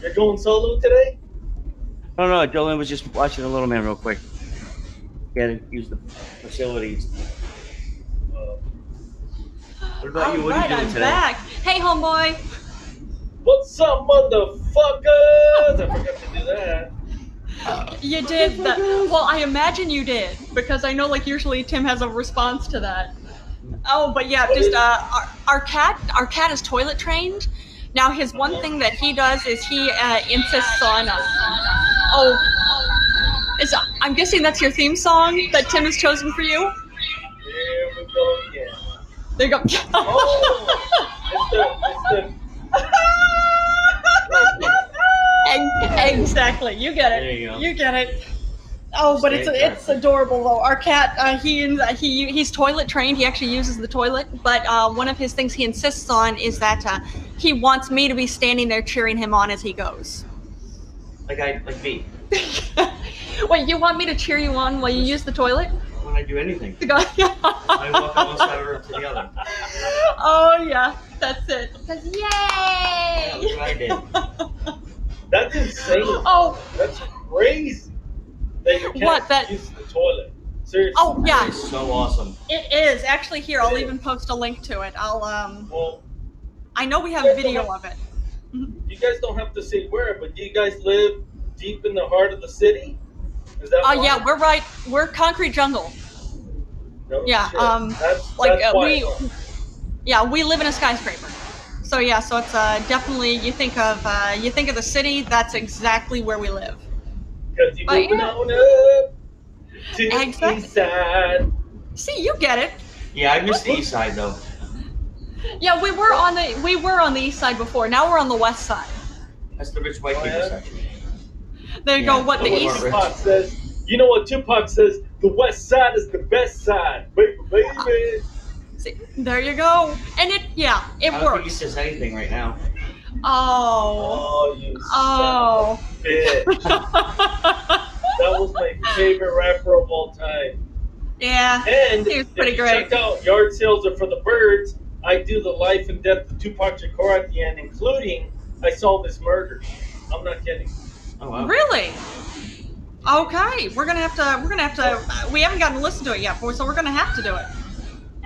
Speaker 3: You're going solo today?
Speaker 2: No, no, Jolene was just watching the little man real quick. He had to use the facilities.
Speaker 3: Uh,
Speaker 2: What
Speaker 1: All right, I'm back. Hey, homeboy.
Speaker 3: what's up, motherfuckers? I forgot to do that.
Speaker 1: You did that. Well, I imagine you did because I know, like, usually Tim has a response to that. Oh, but yeah, just uh, our, our cat, our cat is toilet trained. Now, his one thing that he does is he uh, insists on. Uh, oh, is I'm guessing that's your theme song that Tim has chosen for you.
Speaker 3: Here we go again.
Speaker 1: There you go.
Speaker 3: Oh, it's the, it's
Speaker 1: Ex- exactly, you get it.
Speaker 2: There you go.
Speaker 1: You get it. Oh, but it's
Speaker 2: Stay
Speaker 1: it's
Speaker 2: perfect.
Speaker 1: adorable though. Our cat, uh, he uh, he he's toilet trained. He actually uses the toilet, but uh, one of his things he insists on is that uh, he wants me to be standing there cheering him on as he goes.
Speaker 2: Like I like me
Speaker 1: Wait, you want me to cheer you on while you use the toilet?
Speaker 2: when I do anything.
Speaker 1: To go.
Speaker 2: I walk on one side of the room to the other.
Speaker 1: oh yeah, that's it. Says
Speaker 2: Yeah, look
Speaker 1: yay!
Speaker 2: what I did.
Speaker 3: That's insane.
Speaker 1: Oh,
Speaker 3: That's crazy. That you can't
Speaker 1: What, that-
Speaker 3: use the toilet. Seriously.
Speaker 1: oh yeah,
Speaker 2: It's so awesome.
Speaker 1: it is actually here. I'll
Speaker 3: It is.
Speaker 1: even post a link to it. I'll um,
Speaker 3: Well,
Speaker 1: I know we have
Speaker 3: Yeah,
Speaker 1: video
Speaker 3: so-
Speaker 1: of it.
Speaker 3: you guys don't have to say where, but do you guys live deep in the heart of the city? Is that
Speaker 1: Oh
Speaker 3: why?
Speaker 1: yeah, we're right. We're concrete jungle.
Speaker 3: No
Speaker 1: yeah,
Speaker 3: shit.
Speaker 1: um,
Speaker 3: that's,
Speaker 1: like,
Speaker 3: that's
Speaker 1: uh,
Speaker 3: why.
Speaker 1: we- Yeah, we live in a skyscraper. So yeah, so it's uh, definitely you think of uh, you think of the city. That's exactly where we live.
Speaker 3: Because you're
Speaker 1: but
Speaker 3: moving
Speaker 1: yeah.
Speaker 3: on up to the
Speaker 1: Exactly.
Speaker 3: east side.
Speaker 1: See, you get it.
Speaker 2: Yeah, I missed the east side though.
Speaker 1: Yeah, we were on the we were on the east side before. Now we're on the west side.
Speaker 2: That's the rich white
Speaker 3: Oh,
Speaker 2: people
Speaker 3: yeah?
Speaker 2: section.
Speaker 1: There you go.
Speaker 2: Yeah.
Speaker 1: What the
Speaker 2: Oh,
Speaker 1: east?
Speaker 2: Rich.
Speaker 3: Tupac says, you know what Tupac says? The west side is the best side, baby,
Speaker 1: Uh-huh.
Speaker 3: baby.
Speaker 1: See, there you go. And it yeah, it
Speaker 2: I don't think he
Speaker 1: works.
Speaker 2: says anything right now.
Speaker 1: Oh.
Speaker 3: Oh, you son
Speaker 1: Oh.
Speaker 3: of a bitch. That was my favorite rapper of all time.
Speaker 1: yeah.
Speaker 3: And
Speaker 1: He was pretty
Speaker 3: if you
Speaker 1: great.
Speaker 3: check out Yard Sales Are for the Birds, I do the life and death of Tupac Shakur at the end, including I Solved His Murder. I'm not kidding.
Speaker 2: Oh wow.
Speaker 1: Really? Okay, we're gonna have to. We're gonna have to. We haven't gotten to listen to it yet, so we're gonna have to do it.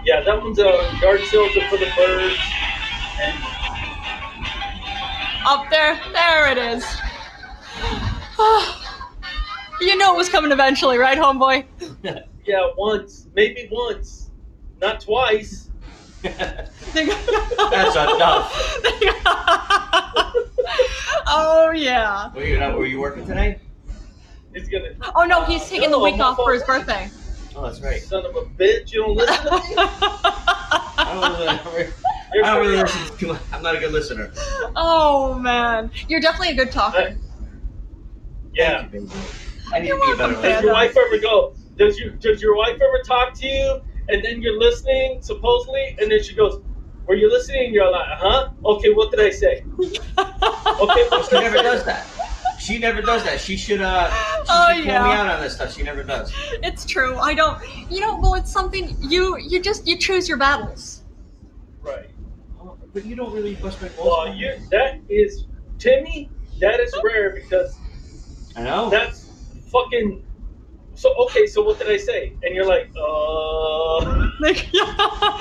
Speaker 3: Yeah, that one's uh, Yard Sales Are for the Birds. And
Speaker 1: Up Oh, there, there it is. you know it was coming eventually, right, homeboy?
Speaker 3: yeah, once, maybe once, not twice.
Speaker 1: That's
Speaker 2: enough.
Speaker 1: oh yeah.
Speaker 2: Were you not, were you working today?
Speaker 3: It's gonna.
Speaker 1: Oh no, he's taking the
Speaker 3: No,
Speaker 1: week
Speaker 3: I'm
Speaker 1: off for his
Speaker 3: off.
Speaker 1: birthday.
Speaker 2: Oh, that's right.
Speaker 3: Son of a bitch, you don't listen to me?
Speaker 2: I don't really, I don't really-
Speaker 3: You're
Speaker 2: I don't really
Speaker 3: pretty-
Speaker 2: listen to I'm not a good listener.
Speaker 1: oh man, you're definitely a good talker.
Speaker 3: Yeah.
Speaker 2: Thank you, baby. I need
Speaker 1: You're
Speaker 2: to be a better
Speaker 1: welcome,
Speaker 3: Does
Speaker 1: Dad.
Speaker 2: listener.
Speaker 3: your wife ever go? Does your does your wife ever talk to you? And then you're listening supposedly, and then she goes, "Were you listening?" And you're like, "Huh? Okay, what did I say? Okay,
Speaker 2: Well,
Speaker 3: what
Speaker 2: she
Speaker 3: did I
Speaker 2: never
Speaker 3: say?"
Speaker 2: does that. She never does that. She should uh she
Speaker 1: Oh,
Speaker 2: should call me
Speaker 1: yeah.
Speaker 2: out on this stuff. She never does.
Speaker 1: It's true. I don't. You know, well, it's something you you just you choose your battles.
Speaker 3: Right.
Speaker 2: But you don't really bust my balls.
Speaker 3: Well, you that is Timmy. That is rare because
Speaker 2: I know.
Speaker 3: that's fucking. So okay, so what did I say? And you're like, uh.
Speaker 1: Like,
Speaker 2: Well,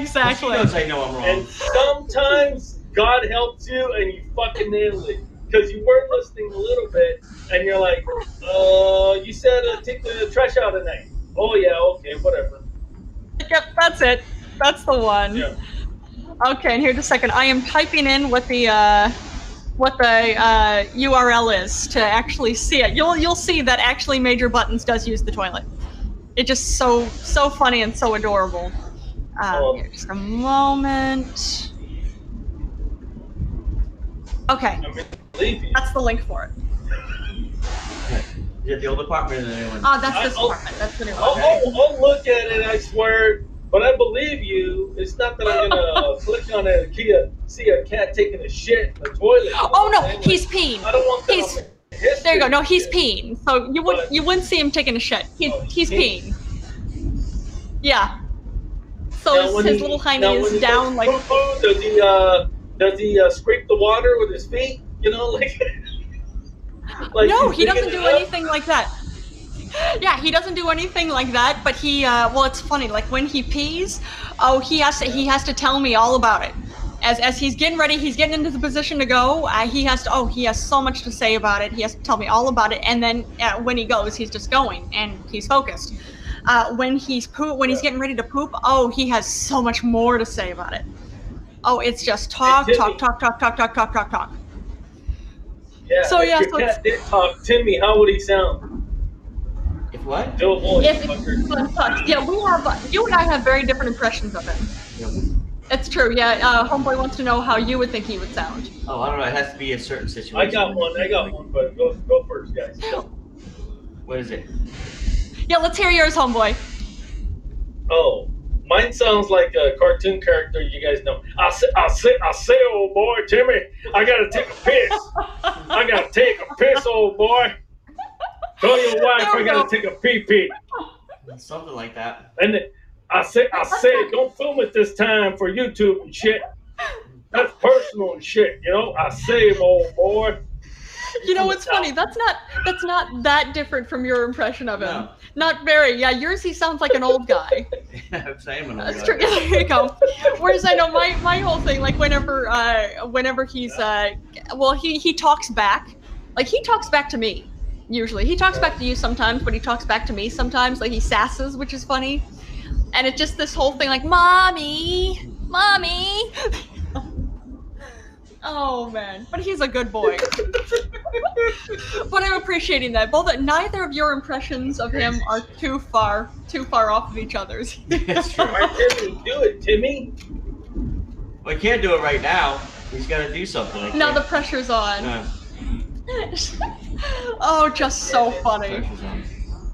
Speaker 1: exactly.
Speaker 2: She knows I know I'm wrong.
Speaker 3: And sometimes God helps you and you fucking nail it. Because you were listening a little bit and you're like, uh, you said uh, take the trash out tonight. Oh, yeah, okay, whatever.
Speaker 1: Yep, that's it. That's the one.
Speaker 3: Yeah.
Speaker 1: Okay, and here just a second. I am typing in what the uh, what the uh, URL is to actually see it. You'll you'll see that actually Major Buttons does use the toilet. It's just so so funny and so adorable. Um,
Speaker 3: Oh.
Speaker 1: here, just a moment. Okay,
Speaker 3: I mean, believe you.
Speaker 1: that's the link for it.
Speaker 2: Is it the old apartment or the new one?
Speaker 1: Ah, that's
Speaker 3: I-
Speaker 1: this
Speaker 3: oh.
Speaker 1: apartment. That's the new
Speaker 3: I'll,
Speaker 1: one.
Speaker 3: I'll, I'll look at it, I swear, but I believe you. It's not that I'm going to click on it and see a- see a cat taking a shit in the toilet.
Speaker 1: Oh no, he's peeing.
Speaker 3: I don't want that
Speaker 1: he's-
Speaker 3: on my history.
Speaker 1: There you go. No, he's peeing. So you would
Speaker 3: But-
Speaker 1: you wouldn't see him taking a shit. He's
Speaker 3: Oh,
Speaker 1: he's
Speaker 3: he's-
Speaker 1: peeing. Yeah. So
Speaker 3: Now,
Speaker 1: his,
Speaker 3: when
Speaker 1: his
Speaker 3: he-
Speaker 1: little
Speaker 3: now,
Speaker 1: hiney
Speaker 3: when he
Speaker 1: is down
Speaker 3: goes
Speaker 1: like
Speaker 3: poo-poo, does he uh does he uh, scrape the water with his feet? You know, like, like
Speaker 1: no,
Speaker 3: he's
Speaker 1: he doesn't
Speaker 3: picking
Speaker 1: do
Speaker 3: it up?
Speaker 1: anything like that. Yeah, he doesn't do anything like that. But he, uh, well, it's funny. Like when he pees, oh, he has to he has to tell me all about it. As as he's getting ready, he's getting into the position to go. Uh, he has to. Oh, he has so much to say about it. He has to tell me all about it. And then uh, when he goes, he's just going and he's focused. Uh, when he's poop, when he's
Speaker 3: Yeah.
Speaker 1: getting ready to poop, oh, he has so much more to say about it. Oh, it's just talk,
Speaker 3: Timmy-
Speaker 1: talk, talk, talk, talk, talk, talk, talk, talk.
Speaker 3: Yeah.
Speaker 1: So,
Speaker 3: if
Speaker 1: yeah,
Speaker 3: your
Speaker 1: so
Speaker 3: cat did talk to me, how would he sound?
Speaker 2: If what?
Speaker 3: Do a voice,
Speaker 1: If
Speaker 3: fucker.
Speaker 1: it's yeah, we have uh, you and I have very different impressions of him.
Speaker 2: Yeah.
Speaker 1: It's true. Yeah, uh, homeboy wants to know how you would think he would sound.
Speaker 2: Oh, I don't know. It has to be a certain situation.
Speaker 3: I got one. I got one. But go, go first, guys.
Speaker 2: What is it?
Speaker 1: Yeah, let's hear yours, homeboy.
Speaker 3: Oh, Mine sounds like a cartoon character you guys know. I say, I say, I say, old boy, Jimmy, I gotta take a piss. I gotta take a piss, old boy. Tell your wife I gotta take a pee pee.
Speaker 2: Something like that.
Speaker 3: And then I say, I say, don't film it this time for YouTube and shit. That's personal and shit, you know. I say, old boy.
Speaker 1: You know what's funny? That's not that's not that different from your impression of him. Not very. Yeah, yours he sounds like an old guy.
Speaker 2: I'm saying when I'm
Speaker 1: That's true.
Speaker 2: like-
Speaker 1: There you go. Whereas I know my, my whole thing, like whenever uh whenever he's uh well he he talks back. Like he talks back to me usually. He talks back to you sometimes, but he talks back to me sometimes, like he sasses, which is funny. And it's just this whole thing like mommy, mommy. oh man. But he's a good boy. But I'm appreciating that. Both neither of your impressions of him are too far too far off of each other's.
Speaker 2: That's true.
Speaker 3: Why Timmy do it, Timmy?
Speaker 2: Well, he can't do it right now. He's got to do something. I
Speaker 1: Now the
Speaker 2: can't-
Speaker 1: pressure's on.
Speaker 2: Yeah,
Speaker 1: oh, just so funny.
Speaker 2: pressure's on.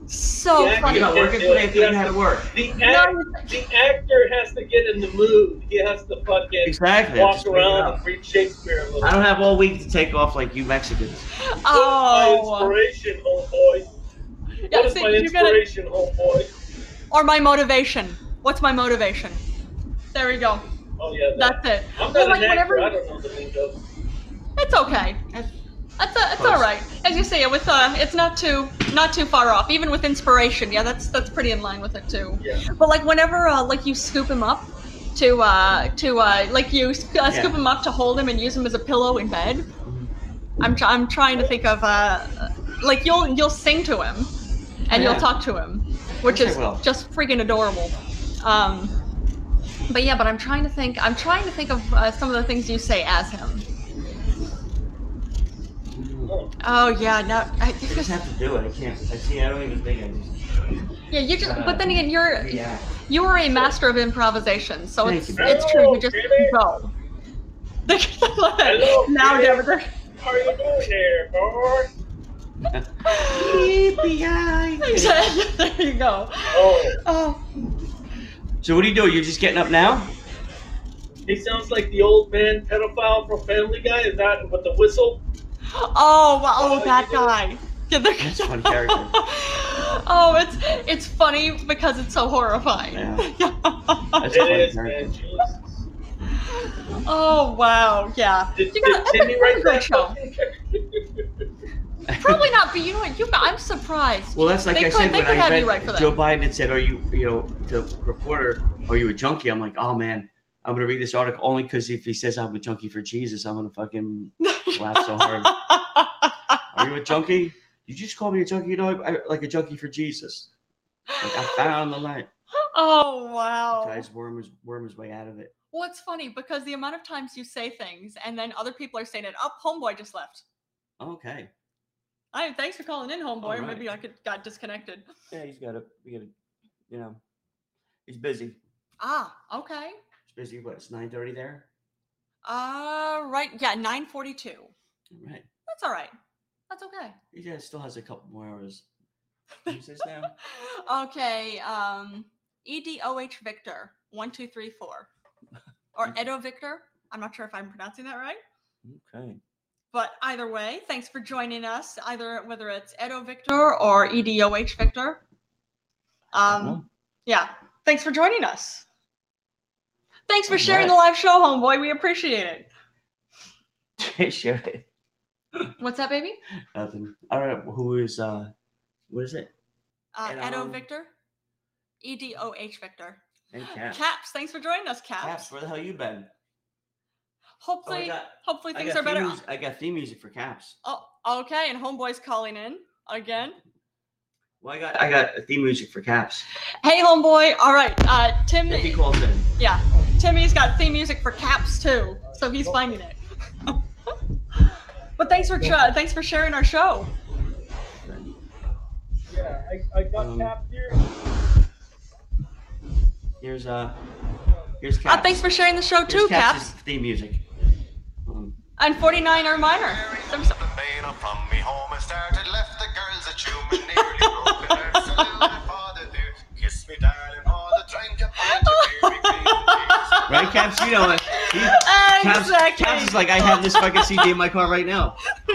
Speaker 1: So
Speaker 3: Yeah,
Speaker 2: You're
Speaker 1: funny.
Speaker 2: not working today. If you didn't have to work.
Speaker 3: The, act,
Speaker 1: No,
Speaker 3: the actor has to get in the mood. He has to fucking
Speaker 2: Exactly. I'm
Speaker 3: walk
Speaker 2: just bringing it
Speaker 3: around
Speaker 2: up.
Speaker 3: and read Shakespeare a little.
Speaker 2: I don't have all week to take off like you Mexicans.
Speaker 1: oh,
Speaker 3: What is my inspiration, homeboy?
Speaker 1: yeah,
Speaker 3: What is
Speaker 1: see,
Speaker 3: my
Speaker 1: you gotta,
Speaker 3: inspiration, homeboy?
Speaker 1: or my motivation. What's my motivation? There we go.
Speaker 3: Oh yeah, that.
Speaker 1: That's it.
Speaker 3: I'm
Speaker 1: Well,
Speaker 3: not an
Speaker 1: like,
Speaker 3: actor.
Speaker 1: whenever-
Speaker 3: I don't know the lingo.
Speaker 1: It's okay. That's a, it's all right. As you say, with uh, it's not too not too far off. Even with inspiration, yeah, that's that's pretty in line with it too.
Speaker 3: Yeah.
Speaker 1: But like whenever uh, like you scoop him up to uh to uh like you sc- uh, scoop
Speaker 2: Yeah.
Speaker 1: him up to hold him and use him as a pillow in bed.
Speaker 2: Mm-hmm.
Speaker 1: I'm tr- I'm trying to think of uh like you'll you'll sing to him and
Speaker 2: Yeah.
Speaker 1: you'll talk to him, which
Speaker 2: Yes,
Speaker 1: is
Speaker 2: I will.
Speaker 1: just freaking adorable. Um but yeah, but I'm trying to think I'm trying to think of uh, some of the things you say as him.
Speaker 3: Oh,
Speaker 1: Oh yeah, no I,
Speaker 2: I just have to do it. I can't. I see. I don't even think. I just.
Speaker 1: Yeah, you just.
Speaker 2: Uh,
Speaker 1: but then again, you're
Speaker 2: Yeah.
Speaker 1: you are a master of improvisation, so
Speaker 2: Thank
Speaker 1: it's
Speaker 2: you.
Speaker 1: it's true. You just
Speaker 3: Hello,
Speaker 1: go. now,
Speaker 3: Peter.
Speaker 1: Deborah. they're-
Speaker 3: how are you doing there, boy?
Speaker 1: there you go.
Speaker 3: Oh,
Speaker 1: Oh,
Speaker 2: So what do you do? You're just getting up now?
Speaker 3: he sounds like the old man pedophile from Family Guy. Is that with the whistle?
Speaker 1: oh, wow,
Speaker 3: Oh,
Speaker 1: oh, that
Speaker 3: you know-
Speaker 1: guy. Yeah, they're-
Speaker 2: That's a funny character.
Speaker 1: oh, it's it's funny because it's so horrifying.
Speaker 2: That's a
Speaker 3: It
Speaker 2: funny
Speaker 3: is,
Speaker 2: character.
Speaker 3: man. Jesus.
Speaker 1: oh wow, yeah.
Speaker 3: Did,
Speaker 1: you
Speaker 3: did
Speaker 1: got
Speaker 3: Timmy
Speaker 1: a
Speaker 3: write
Speaker 1: great
Speaker 3: that?
Speaker 1: show.
Speaker 3: fucking-
Speaker 1: Probably not, but you know what? You, I'm surprised.
Speaker 2: Well, that's like
Speaker 1: They
Speaker 2: I
Speaker 1: could-
Speaker 2: said
Speaker 1: they
Speaker 2: when
Speaker 1: could
Speaker 2: I
Speaker 1: have you
Speaker 2: read
Speaker 1: right for that.
Speaker 2: Joe Biden had said, "Are you, you know, the reporter? Are you a junkie?" I'm like, "Oh man, I'm gonna read this article only because if he says I'm a junkie for Jesus, I'm gonna fucking laugh so hard." Are you a junkie? You just call me a junkie, you know, I, like a junkie for Jesus. Like I found the light.
Speaker 1: oh wow.
Speaker 2: Tries worm his worm his way out of it.
Speaker 1: Well, it's funny because the amount of times you say things and then other people are saying it. Oh, homeboy just left.
Speaker 2: Okay.
Speaker 1: I thanks for calling in, homeboy.
Speaker 2: All
Speaker 1: Maybe I could got disconnected.
Speaker 2: Yeah, he's got a, he got a, you know, he's busy.
Speaker 1: Ah, okay.
Speaker 2: He's busy. What? It's nine thirty there.
Speaker 1: Uh, right. Yeah, nine forty-two.
Speaker 2: All right.
Speaker 1: That's all right. That's okay.
Speaker 2: He yeah, still has a couple more hours. Who's this now?
Speaker 1: okay. Um, Edoh Victor one two three four, or Edo Victor. I'm not sure if I'm pronouncing that right.
Speaker 2: Okay.
Speaker 1: But either way, thanks for joining us. Either whether it's Edo Victor or E Edoh Victor. Um, Yeah. Thanks for joining us. Thanks for sharing the live show, homeboy. We appreciate it.
Speaker 2: Sure.
Speaker 1: What's that, baby?
Speaker 2: Nothing. All right. Who is uh? What is it?
Speaker 1: Uh,
Speaker 2: Edo.
Speaker 1: Edo Victor. E D O H Victor.
Speaker 2: And Caps.
Speaker 1: Caps. Thanks for joining us, Caps.
Speaker 2: Caps. Where the hell you been? Oh, I
Speaker 1: Hopefully,
Speaker 2: got-
Speaker 1: hopefully
Speaker 2: I
Speaker 1: things
Speaker 2: got
Speaker 1: are better.
Speaker 2: theme mus- I got theme music for Caps.
Speaker 1: Oh, okay. And homeboy's calling in again.
Speaker 2: Well, I got I got theme music for Caps.
Speaker 1: Hey, homeboy. All right. Uh, Tim.
Speaker 2: If he calls in.
Speaker 1: Yeah. Timmy's got theme music for caps too, so he's finding it. but thanks for tra- thanks for sharing our show.
Speaker 3: Yeah, I, I got
Speaker 2: Um,
Speaker 3: tapped here.
Speaker 2: Here's uh. Here's Caps.
Speaker 1: Uh, thanks for sharing the show
Speaker 2: Here's
Speaker 1: too,
Speaker 2: Caps'
Speaker 1: Caps.
Speaker 2: Theme music. Um,
Speaker 1: And 49 or minor. There's-
Speaker 4: The maid up from me home and started, left the girls a tune and nearly broke her heart. Saluted father dear, kiss me darling all the time. Kept on to me,
Speaker 2: you know, he, Caps,
Speaker 1: exactly.
Speaker 2: Caps is like, I have this fucking CD in my car right now.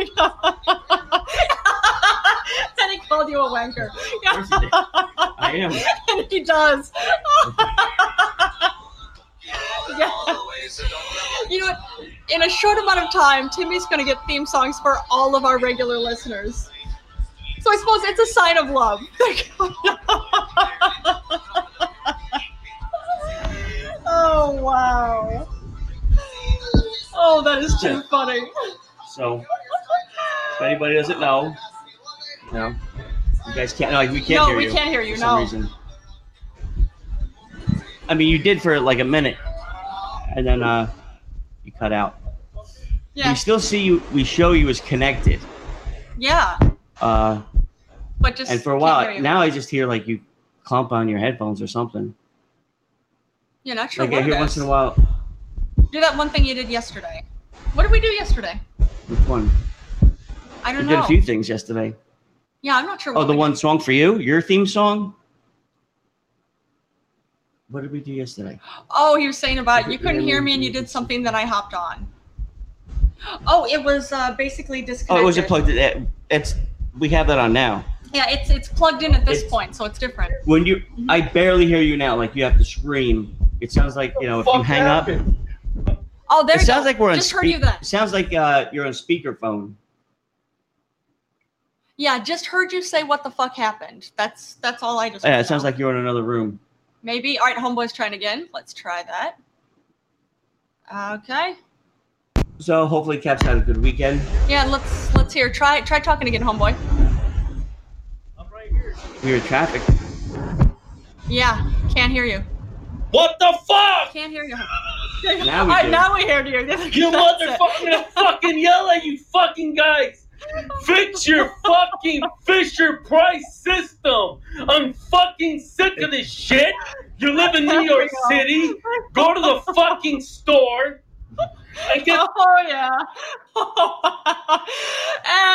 Speaker 1: and he called you a wanker.
Speaker 2: Of course he did. I am.
Speaker 1: and he does. yeah. You know what? In a short amount of time, Timmy's going to get theme songs for all of our regular listeners. So I suppose it's a sign of love. oh, wow. Oh, that is too funny.
Speaker 2: So, if anybody doesn't know, no, you guys can't. No, we can't
Speaker 1: no,
Speaker 2: hear
Speaker 1: we
Speaker 2: you.
Speaker 1: can't hear you.
Speaker 2: for
Speaker 1: No.
Speaker 2: some reason. I mean, you did for like a minute, and then uh, you cut out.
Speaker 1: Yeah.
Speaker 2: We still see you. We show you as connected.
Speaker 1: Yeah.
Speaker 2: Uh,
Speaker 1: But just
Speaker 2: and for a
Speaker 1: can't hear
Speaker 2: while
Speaker 1: you.
Speaker 2: now, I just hear like you clump on your headphones or something.
Speaker 1: You're not sure
Speaker 2: like
Speaker 1: what
Speaker 2: I
Speaker 1: it
Speaker 2: hear
Speaker 1: is.
Speaker 2: once in a while.
Speaker 1: Do that one thing you did yesterday. What did we do yesterday?
Speaker 2: Which one?
Speaker 1: I
Speaker 2: We
Speaker 1: don't
Speaker 2: did
Speaker 1: know.
Speaker 2: a few things yesterday.
Speaker 1: Yeah, I'm not sure.
Speaker 2: Oh,
Speaker 1: what
Speaker 2: the
Speaker 1: we
Speaker 2: one song for you, your theme song. What did we do yesterday?
Speaker 1: did. Oh, he was saying about you couldn't
Speaker 2: Yeah,
Speaker 1: hear
Speaker 2: we-
Speaker 1: me and you did something that I hopped on. Oh, it was uh, basically
Speaker 2: Oh,
Speaker 1: disconnected.
Speaker 2: it was a plugged. It, it's we have that on now.
Speaker 1: Yeah, it's it's plugged in at this
Speaker 2: It's-
Speaker 1: point, so it's different.
Speaker 2: When you, I barely hear you now. Like you have to scream. It sounds like you know if you hang up. It
Speaker 1: Oh, there you
Speaker 2: sounds
Speaker 1: go.
Speaker 2: like we're on.
Speaker 1: just heard you
Speaker 2: speak-
Speaker 1: then.
Speaker 2: it sounds like uh, you're on speakerphone.
Speaker 1: Yeah, just heard you say what the fuck happened. That's that's all I just.
Speaker 2: Yeah,
Speaker 1: heard
Speaker 2: it sounds
Speaker 1: now.
Speaker 2: like you're in another room.
Speaker 1: maybe. All right, homeboy's trying again. Let's try that. Okay.
Speaker 2: So hopefully, Caps had a good weekend.
Speaker 1: Yeah, let's let's hear. Try try talking again, homeboy.
Speaker 3: I'm right here.
Speaker 2: We were in traffic.
Speaker 1: Yeah, can't hear you.
Speaker 3: What the fuck?
Speaker 1: Can't hear you.
Speaker 2: Now we
Speaker 1: All right,
Speaker 2: do.
Speaker 1: now we hear you.
Speaker 3: You
Speaker 1: That's it.
Speaker 3: motherfucking I'm fucking yell at you fucking guys. Fix your fucking Fisher Price system. I'm fucking sick of this shit. You live in New York City. Go to the fucking store and get
Speaker 1: Oh yeah.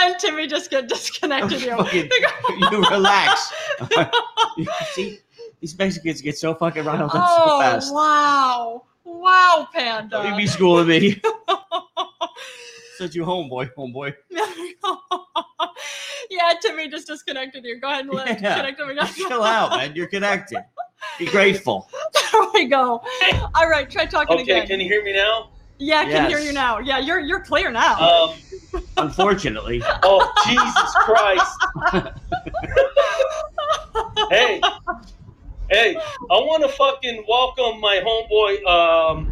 Speaker 1: and Timmy just get disconnected. You.
Speaker 2: Fucking- you relax. You See, these Mexicans get so fucking riled up so
Speaker 1: oh
Speaker 2: fast.
Speaker 1: wow, wow,
Speaker 2: Don't you
Speaker 1: Panda.
Speaker 2: be schooling me. Such you homeboy, homeboy.
Speaker 1: yeah, Timmy just disconnected you. Go ahead and let
Speaker 2: Yeah.
Speaker 1: disconnect him again.
Speaker 2: Chill out, man. You're connected. Be grateful.
Speaker 1: there we go. All right, try talking
Speaker 3: Okay,
Speaker 1: again.
Speaker 3: can you hear me now?
Speaker 1: yeah, I can hear
Speaker 2: Yes.
Speaker 1: you now. Yeah, you're you're clear now.
Speaker 3: Um,
Speaker 2: Unfortunately, Uh-huh.
Speaker 3: oh Jesus Christ. hey. Hey, I want to fucking welcome my homeboy um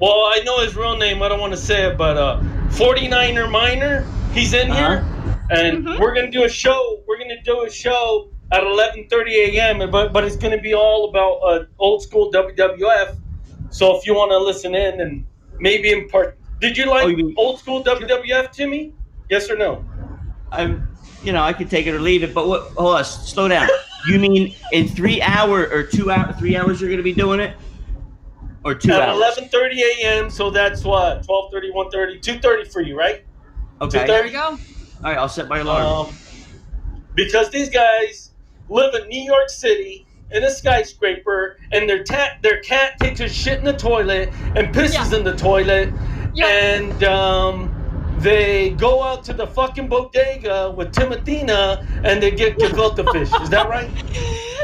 Speaker 3: well, I know his real name. I don't want to say it, but uh 49er Minor, he's in here and
Speaker 1: Mhm.
Speaker 3: we're going to do a show. We're going to do a show at 11:30 a.m. but but it's going to be all about uh, old school WWF. So if you want to listen in and maybe in part Did you like
Speaker 2: Oh, you mean-
Speaker 3: old school WWF, Timmy? Yes or no?
Speaker 2: I'm. You know, I could take it or leave it. But what? Hold on. s- Slow down. You mean in three hour or two hour, three hours you're gonna be doing it, or two
Speaker 3: at
Speaker 2: hours?
Speaker 3: 11:30 a.m. So that's what 12:30, 1:30, 2:30 for you, right?
Speaker 2: Okay. All
Speaker 1: there we go.
Speaker 2: right. I'll set my alarm.
Speaker 3: Um, because these guys live in New York City in a skyscraper, and their ta- their cat takes a shit in the toilet and pisses
Speaker 1: Yeah.
Speaker 3: in the toilet,
Speaker 1: Yeah.
Speaker 3: and um, they go out to the fucking bodega with Timothina and they get gefilte fish. Is that right?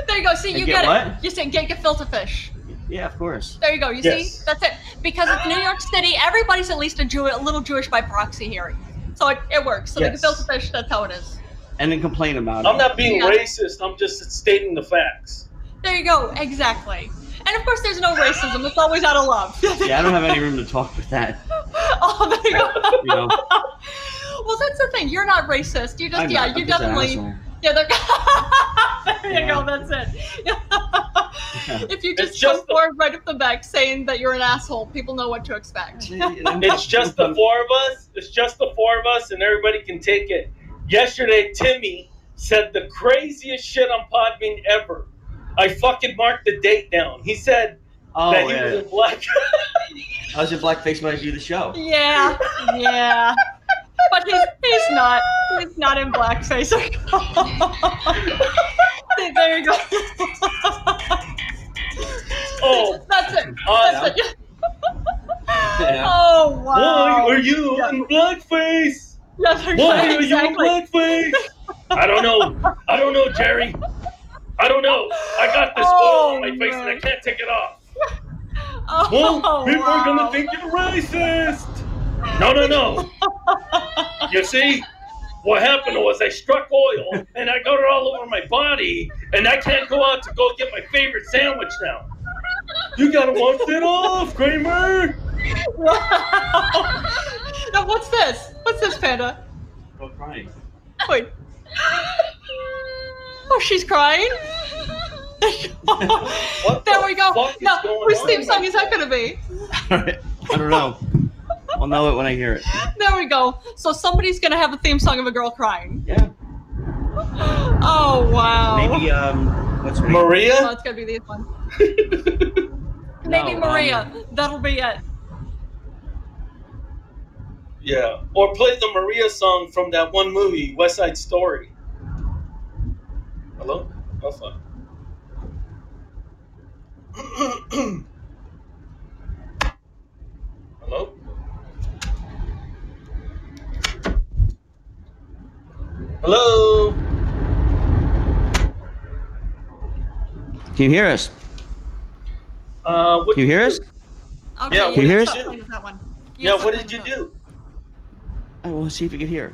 Speaker 1: There you go. See,
Speaker 2: And
Speaker 1: you
Speaker 2: get
Speaker 1: get, it.
Speaker 2: what?
Speaker 1: You said get get filter fish.
Speaker 3: Um,
Speaker 2: yeah, of course.
Speaker 1: There you go. You
Speaker 3: Yes.
Speaker 1: see, that's it. Because it's New York City. Everybody's at least a Jew, a little Jewish by proxy here, so it, it works. So
Speaker 2: Yes.
Speaker 1: they can filter fish. That's how it is.
Speaker 2: And then complain about it.
Speaker 3: I'm not being
Speaker 1: Yeah.
Speaker 3: racist. I'm just stating the facts.
Speaker 1: There you go. Exactly. And of course, there's no racism. It's always out of love.
Speaker 2: Yeah, I don't have any room to talk with that.
Speaker 1: oh, there you go.
Speaker 2: You know.
Speaker 1: Well, that's the thing. You're not racist. You just
Speaker 2: I'm
Speaker 1: yeah.
Speaker 2: not-
Speaker 1: you
Speaker 2: I'm just an
Speaker 1: definitely
Speaker 2: asshole.
Speaker 1: yeah. They're, there you
Speaker 2: Yeah.
Speaker 1: go. That's it.
Speaker 2: Yeah.
Speaker 1: If you
Speaker 3: It's
Speaker 1: just, come
Speaker 3: just the-
Speaker 1: forward right up the back saying that you're an asshole, people know what to expect.
Speaker 2: it's
Speaker 3: It's just the four of us. It's just the four of us, and everybody can take it. Yesterday, Timmy said the craziest shit on Podbean ever. I fucking marked the date down. He said
Speaker 2: Oh,
Speaker 3: that he
Speaker 2: yeah.
Speaker 3: was in black.
Speaker 2: I was in blackface when I do the show.
Speaker 1: Yeah, yeah. But he's, he's not. He's not in blackface. there you go.
Speaker 3: oh,
Speaker 1: That's it.
Speaker 3: uh,
Speaker 1: That's it.
Speaker 2: Yeah.
Speaker 1: Oh wow!
Speaker 3: Why are you
Speaker 1: Yeah.
Speaker 3: in blackface?
Speaker 1: That's right,
Speaker 3: Why are you in
Speaker 1: exactly.
Speaker 3: blackface? I don't know. I don't know, Jerry. I don't know. I got this
Speaker 1: Oh,
Speaker 3: oil on my face and I
Speaker 1: man.
Speaker 3: can't take it off.
Speaker 1: Oh,
Speaker 3: Well, people are
Speaker 1: wow.
Speaker 3: gonna think you're racist. No, no, no. you see, what happened was I struck oil and I got it all over my body, and I can't go out to go get my favorite sandwich now. You gotta wash it off, Kramer.
Speaker 1: Wow. now what's this? What's this, Panda?
Speaker 2: Stop crying.
Speaker 1: Wait. Oh, she's crying. there we go.
Speaker 3: fuck is
Speaker 1: No,
Speaker 3: going
Speaker 1: whose
Speaker 3: on
Speaker 1: theme song
Speaker 3: right
Speaker 1: is that going to be?
Speaker 2: I don't know. I'll know it when I hear it.
Speaker 1: There we go. So somebody's going to have a theme song of a girl crying.
Speaker 2: Yeah.
Speaker 1: Oh wow.
Speaker 3: uh,
Speaker 2: Maybe um, what's her name?
Speaker 1: Oh,
Speaker 3: Maria.
Speaker 1: it's going to be this one.
Speaker 2: No,
Speaker 1: Maybe
Speaker 2: um,
Speaker 1: Maria. That'll be it.
Speaker 3: Yeah. Or play the Maria song from that one movie, West Side Story. Hello? Oh, fuck. Hello? Hello?
Speaker 2: Can you hear us?
Speaker 3: Uh, what
Speaker 2: Can you hear us?
Speaker 1: Okay.
Speaker 3: Yeah,
Speaker 1: you
Speaker 3: can
Speaker 2: you hear
Speaker 1: stop
Speaker 3: us?
Speaker 1: playing with that one. You
Speaker 3: Yeah,
Speaker 1: stop
Speaker 3: what
Speaker 1: playing
Speaker 3: did you
Speaker 1: with that.
Speaker 3: do?
Speaker 2: I want to see if you can hear.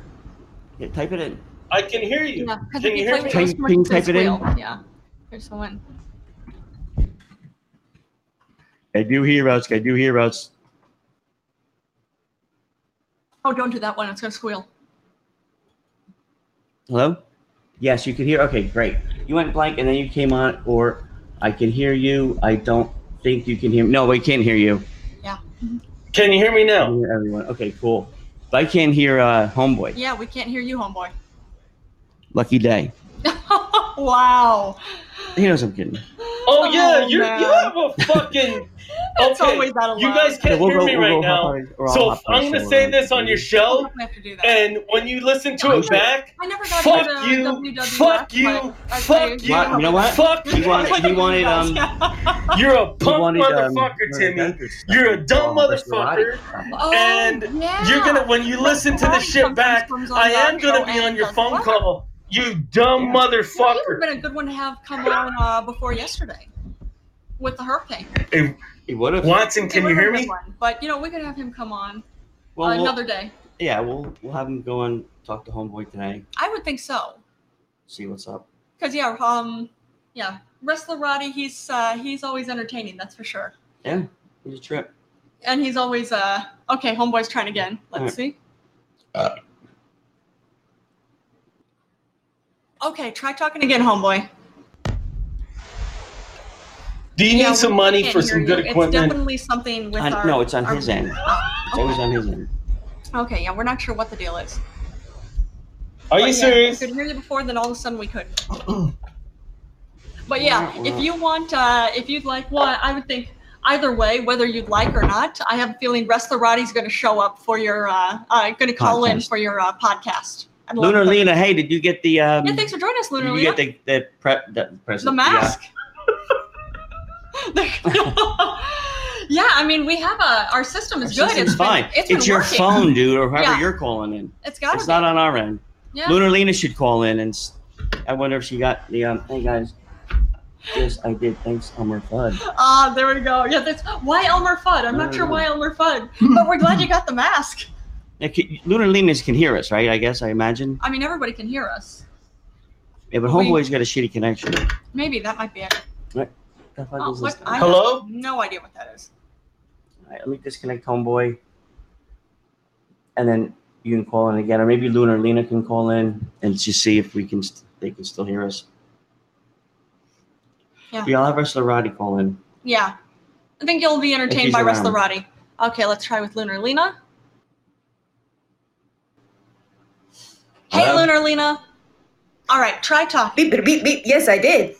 Speaker 2: Yeah, type it in.
Speaker 3: I can hear you.
Speaker 1: Yeah, because
Speaker 3: can
Speaker 1: if
Speaker 3: you
Speaker 1: you play
Speaker 3: hear me?
Speaker 1: with
Speaker 2: Can
Speaker 1: those
Speaker 2: you- can you type it in?
Speaker 1: wheel. Yeah. Here's the one.
Speaker 2: I do hear us. I do hear us.
Speaker 1: Oh, don't do that one. It's going to squeal.
Speaker 2: Hello? Yes, you can hear. Okay, great. You went blank and then you came on, or I can hear you. I don't think you can hear. No, we can't hear you.
Speaker 3: Can you hear me
Speaker 2: I can
Speaker 3: now?
Speaker 2: hear everyone. Okay, cool. But I can't hear uh, Homeboy.
Speaker 1: Yeah, we can't hear you, homeboy.
Speaker 2: Lucky day.
Speaker 1: wow.
Speaker 2: He knows I'm kidding.
Speaker 3: Oh, yeah,
Speaker 1: Oh,
Speaker 3: you you
Speaker 1: man.
Speaker 3: have a fucking.
Speaker 1: That's
Speaker 3: Okay,
Speaker 1: always out of
Speaker 3: You
Speaker 1: line.
Speaker 3: guys can't hear me right now. So if I'm gonna say this on
Speaker 1: Oh,
Speaker 3: your show,
Speaker 1: we have to do that.
Speaker 3: and when you listen to it back,
Speaker 1: I never got
Speaker 3: fuck
Speaker 1: into
Speaker 3: you,
Speaker 1: WWF,
Speaker 3: fuck you,
Speaker 1: but I
Speaker 3: fuck
Speaker 1: played-
Speaker 3: you,
Speaker 2: What? You know what?
Speaker 3: fuck
Speaker 2: He
Speaker 3: you.
Speaker 2: wanted- he wanted, um,
Speaker 3: You're a
Speaker 2: He
Speaker 3: punk
Speaker 2: wanted, um,
Speaker 3: motherfucker, Timmy.
Speaker 2: Murder Dungeons.
Speaker 3: You're a dumb
Speaker 2: Oh, Mr.
Speaker 3: motherfucker.
Speaker 2: Roddy.
Speaker 1: Oh,
Speaker 3: and
Speaker 1: yeah.
Speaker 3: You're gonna when you listen to the shit back, I am gonna be on your phone call. You dumb
Speaker 1: Fuck. would have
Speaker 3: motherfucker.
Speaker 1: been a good one to have come on uh, before yesterday with the hurricane.
Speaker 3: Hey,
Speaker 2: He would have.
Speaker 3: Watson,
Speaker 1: It
Speaker 3: can you
Speaker 1: would've
Speaker 3: hear
Speaker 1: been
Speaker 3: me?
Speaker 1: one, But you know, we could have him come on
Speaker 2: Well,
Speaker 1: uh,
Speaker 2: we'll-
Speaker 1: another day.
Speaker 2: yeah, we'll we'll have him go and talk to Homeboy tonight.
Speaker 1: I would think so.
Speaker 2: See what's up.
Speaker 1: Cause yeah, um, yeah, wrestler Roddy, he's uh, he's always entertaining, that's for sure.
Speaker 2: Yeah, he's a trip.
Speaker 1: And he's always uh, okay. Homeboy's trying again. Let's
Speaker 3: Hmm.
Speaker 2: Alright.
Speaker 1: see.
Speaker 2: Uh.
Speaker 1: Okay, try talking again, homeboy.
Speaker 3: Do you
Speaker 1: Yeah,
Speaker 3: need some
Speaker 1: we
Speaker 3: money
Speaker 1: can't
Speaker 3: for
Speaker 1: hear
Speaker 3: some good
Speaker 1: you. It's
Speaker 3: equipment?
Speaker 1: definitely something with
Speaker 2: On-
Speaker 1: our.
Speaker 2: no, it's on
Speaker 1: our- Oh,
Speaker 2: his end. It's always
Speaker 1: Okay.
Speaker 2: on his end.
Speaker 1: okay, yeah, we're not sure what the deal is.
Speaker 3: Are you
Speaker 1: But yeah,
Speaker 3: serious?
Speaker 1: We could hear you before, then all of a sudden we couldn't. but yeah,
Speaker 2: Wow, wow.
Speaker 1: if you want, uh, if you'd like one, I would think either way, whether you'd like or not, I have a feeling Wrestler Roddy's going to show up for your, uh, uh, going to call in
Speaker 2: Podcast.
Speaker 1: for your uh, podcast. I'd love
Speaker 2: Lunar
Speaker 1: to-
Speaker 2: Lena, hey, did you get the um?
Speaker 1: Yeah, thanks for joining us,
Speaker 2: did
Speaker 1: Lunar
Speaker 2: you
Speaker 1: Lena.
Speaker 2: get the the prep the present?
Speaker 1: the mask. yeah, I mean, we have a our system
Speaker 2: Yeah.
Speaker 1: is
Speaker 2: Our
Speaker 1: good.
Speaker 2: system's
Speaker 1: It's been-
Speaker 2: fine.
Speaker 1: it's been
Speaker 2: your
Speaker 1: working.
Speaker 2: phone, dude, or whoever
Speaker 1: Yeah.
Speaker 2: you're calling in.
Speaker 1: It's got
Speaker 2: it's
Speaker 1: to be.
Speaker 2: not on our end.
Speaker 1: yeah.
Speaker 2: Lunar Lena should call in, and s- I wonder if she got the um. Hey guys, yes, I did. Thanks, Elmer Fudd.
Speaker 1: Ah, there we go. Yeah, that's why Elmer Fudd. I'm not sure why Elmer Fudd, but we're glad you got the mask.
Speaker 2: Yeah, c- Lunar Lena's can hear us, right? I guess I imagine.
Speaker 1: I mean, everybody can hear us.
Speaker 2: Yeah, but
Speaker 1: We-
Speaker 2: Homeboy's got a shitty connection.
Speaker 1: Maybe that might be it.
Speaker 2: The fuck
Speaker 1: Oh,
Speaker 2: is
Speaker 1: what?
Speaker 2: this?
Speaker 1: I
Speaker 2: thing?
Speaker 1: have
Speaker 3: Hello?
Speaker 1: No idea what that is.
Speaker 2: Alright, let me disconnect Homeboy, and then you can call in again, or maybe Lunar Lena can call in and just see if we can st- they can still hear us.
Speaker 1: Yeah.
Speaker 2: Yeah, I'll have Wrestler Roddy call in.
Speaker 1: Yeah, I think you'll be
Speaker 2: If
Speaker 1: entertained
Speaker 2: he's
Speaker 1: by Wrestler
Speaker 2: around.
Speaker 1: Roddy. Okay, let's try with Lunar Lena. Hey,
Speaker 2: Hello?
Speaker 1: Lunar Lena. All right, try talking.
Speaker 5: Beep, beep, beep, beep. Yes, I did.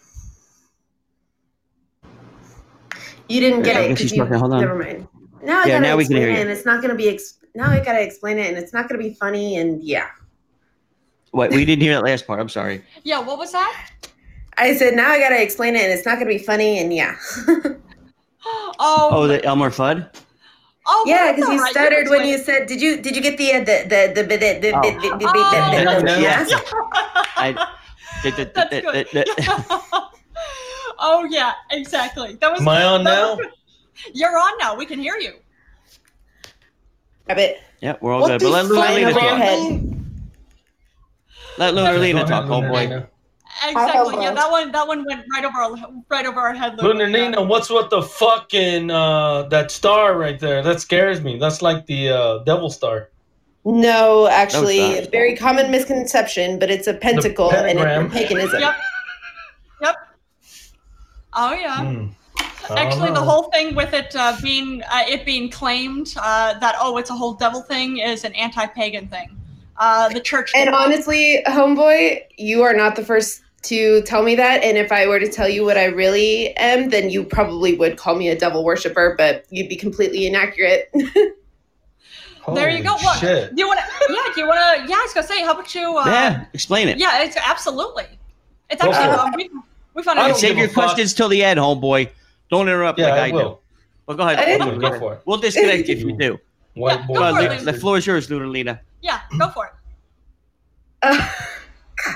Speaker 5: You didn't
Speaker 2: Yeah,
Speaker 5: get
Speaker 2: I
Speaker 5: it.
Speaker 2: guess
Speaker 5: 'cause
Speaker 2: he's
Speaker 5: you,
Speaker 2: talking. Hold on.
Speaker 5: Never mind. Now I
Speaker 2: Yeah,
Speaker 5: gotta
Speaker 2: now we can
Speaker 5: explain
Speaker 2: hear
Speaker 5: it,
Speaker 2: you.
Speaker 5: and it's not gonna be. Ex- now I gotta explain it, and it's not gonna be funny, and yeah.
Speaker 2: Wait, we didn't hear that last part. I'm sorry.
Speaker 1: Yeah, what was that?
Speaker 5: I said now I gotta explain it, and it's not gonna be funny, and yeah.
Speaker 1: Oh,
Speaker 2: Oh, the Elmer Fudd.
Speaker 1: Oh,
Speaker 5: Yeah,
Speaker 1: that's
Speaker 5: because
Speaker 1: all
Speaker 5: you
Speaker 1: right.
Speaker 5: stuttered when you
Speaker 1: explained
Speaker 5: said, "Did you did you get the uh, the the the the the the
Speaker 2: Oh.
Speaker 5: the- the- the-
Speaker 1: Oh.
Speaker 5: the- the-
Speaker 2: No,
Speaker 5: the-
Speaker 2: no,
Speaker 5: yes?"
Speaker 2: no.
Speaker 1: it.
Speaker 2: I- Th- th-
Speaker 1: That's
Speaker 2: th-
Speaker 1: good.
Speaker 2: th- th- th-
Speaker 1: oh yeah, exactly. That was.
Speaker 2: Am I on
Speaker 1: that
Speaker 2: now?
Speaker 1: was- You're on now. We can hear you.
Speaker 5: I bet.
Speaker 2: Yeah, we're all
Speaker 3: What
Speaker 2: good. But
Speaker 3: the
Speaker 2: let
Speaker 3: fuck,
Speaker 2: Lorena talk.
Speaker 5: Head.
Speaker 2: Let Lorena talk, oh boy.
Speaker 3: Lunanina.
Speaker 1: Exactly. Yeah,
Speaker 5: hello.
Speaker 1: that one. That one went right over our right over our head. Lou.
Speaker 3: Lunanina, what's with the fucking uh, that star right there? That scares me. That's like the uh, devil star.
Speaker 5: No, actually,
Speaker 2: sorry.
Speaker 5: very common misconception, but it's a pentacle and
Speaker 3: pentagram.
Speaker 5: it's paganism.
Speaker 1: Yep. Yep. Oh yeah.
Speaker 3: Hmm. I don't
Speaker 1: Actually, the
Speaker 2: Oh.
Speaker 3: know.
Speaker 1: whole thing with it uh, being uh, it being claimed uh, that oh, it's a whole devil thing is an anti-pagan thing. Uh, the church.
Speaker 5: And honestly, homeboy, you are not the first to tell me that. And if I were to tell you what I really am, then you probably would call me a devil worshiper, but you'd be completely inaccurate.
Speaker 1: there you go.
Speaker 3: Holy
Speaker 1: Look,
Speaker 3: Shit.
Speaker 1: do you want to? Yeah, do you want to? Yeah, I was gonna say, how about you? Uh,
Speaker 2: Yeah, explain it.
Speaker 1: yeah, it's absolutely. It's
Speaker 3: Go
Speaker 1: actually
Speaker 3: for it.
Speaker 1: uh, we, we found
Speaker 3: I
Speaker 2: And
Speaker 3: don't
Speaker 1: it.
Speaker 2: save
Speaker 3: give
Speaker 2: your
Speaker 3: a fuck.
Speaker 2: questions till the end, homeboy. Don't interrupt
Speaker 3: Yeah,
Speaker 2: like
Speaker 3: I,
Speaker 2: I, do.
Speaker 3: will.
Speaker 2: But go ahead.
Speaker 5: I
Speaker 3: I
Speaker 5: didn't-
Speaker 3: will. Go for it.
Speaker 2: We'll disconnect if you do.
Speaker 3: White
Speaker 1: Yeah,
Speaker 3: boy.
Speaker 1: go
Speaker 2: Go
Speaker 1: for it,
Speaker 2: ahead,
Speaker 1: Lou.
Speaker 2: Lu- the floor is yours, Lunalina.
Speaker 1: Yeah, go for it.
Speaker 5: Uh,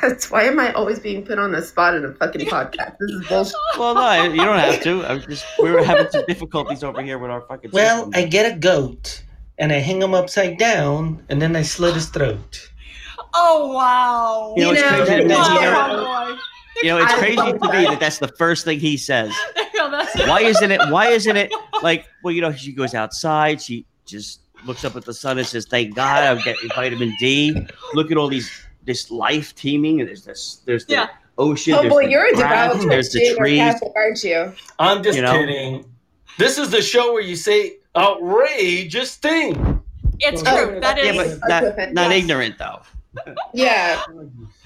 Speaker 5: God, why am I always being put on the spot in a fucking podcast? This is bullshit.
Speaker 2: Well, no, you don't have to. I'm just we were having some difficulties over here with our fucking.
Speaker 3: Well, I
Speaker 2: system.
Speaker 3: get a goat and I hang him upside down and then I slit his throat.
Speaker 1: Oh wow.
Speaker 2: You know, it's
Speaker 5: You
Speaker 2: crazy
Speaker 5: know,
Speaker 2: to me.
Speaker 5: that's
Speaker 2: You
Speaker 5: terrible.
Speaker 2: know,
Speaker 1: wow, boy.
Speaker 2: you know, it's
Speaker 5: I
Speaker 2: crazy to
Speaker 5: love
Speaker 2: me that that's the first thing he says.
Speaker 1: Yeah, that's it.
Speaker 2: Why isn't it? Why isn't it like? Well, you know, she goes outside. She just looks up at the sun and says, "Thank God, I'm getting vitamin D." Look at all these this life teeming, and there's this, there's the
Speaker 1: Yeah.
Speaker 2: ocean.
Speaker 5: Oh
Speaker 2: there's
Speaker 5: boy,
Speaker 2: the
Speaker 5: you're a
Speaker 2: grass,
Speaker 5: devout
Speaker 2: There's the
Speaker 5: Christian or
Speaker 2: trees.
Speaker 5: Catholic, aren't you?
Speaker 3: I'm just
Speaker 2: You know?
Speaker 3: kidding. This is the show where you say outrageous thing.
Speaker 1: It's true. That
Speaker 2: Yeah,
Speaker 1: is.
Speaker 2: but not, not
Speaker 5: Yes.
Speaker 2: ignorant though.
Speaker 5: Yeah.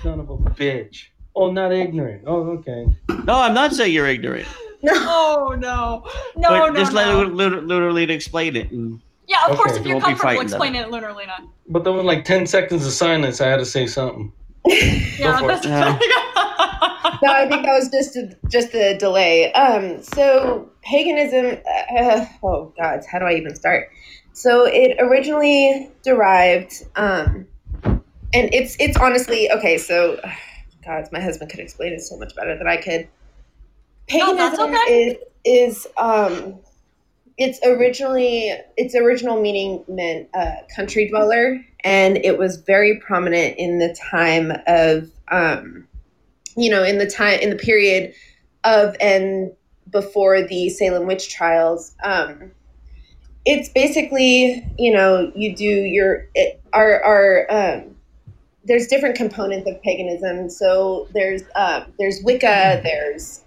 Speaker 3: Son of a bitch. Oh, not ignorant. Oh, okay.
Speaker 2: No, I'm not saying you're ignorant.
Speaker 5: No.
Speaker 1: Oh no, no,
Speaker 2: but
Speaker 1: no,
Speaker 2: just
Speaker 1: no.
Speaker 2: let Lunar Luna explain it. And
Speaker 1: yeah, of course,
Speaker 3: Okay,
Speaker 1: if
Speaker 2: we
Speaker 1: you're
Speaker 2: won't be
Speaker 1: comfortable
Speaker 2: fighting that.
Speaker 1: explaining it, Lunar Lena.
Speaker 3: But there was like 10 seconds of silence. I had to say something.
Speaker 1: Yeah,
Speaker 3: for it.
Speaker 1: that's.
Speaker 5: No, I think that was just a, just the delay. Um, so paganism. Uh, oh gods, how do I even start? So it originally derived, um, and it's it's honestly okay. So, gods, my husband could explain it so much better than I could.
Speaker 1: No,
Speaker 5: Paganism
Speaker 1: that's
Speaker 5: is is um, it's originally its original meaning meant uh, country dweller, and it was very prominent in the time of. Um, you know, in the time in the period of and before the Salem witch trials. Um, it's basically, you know, you do your it, our our um, there's different components of paganism. So there's uh, there's Wicca, there's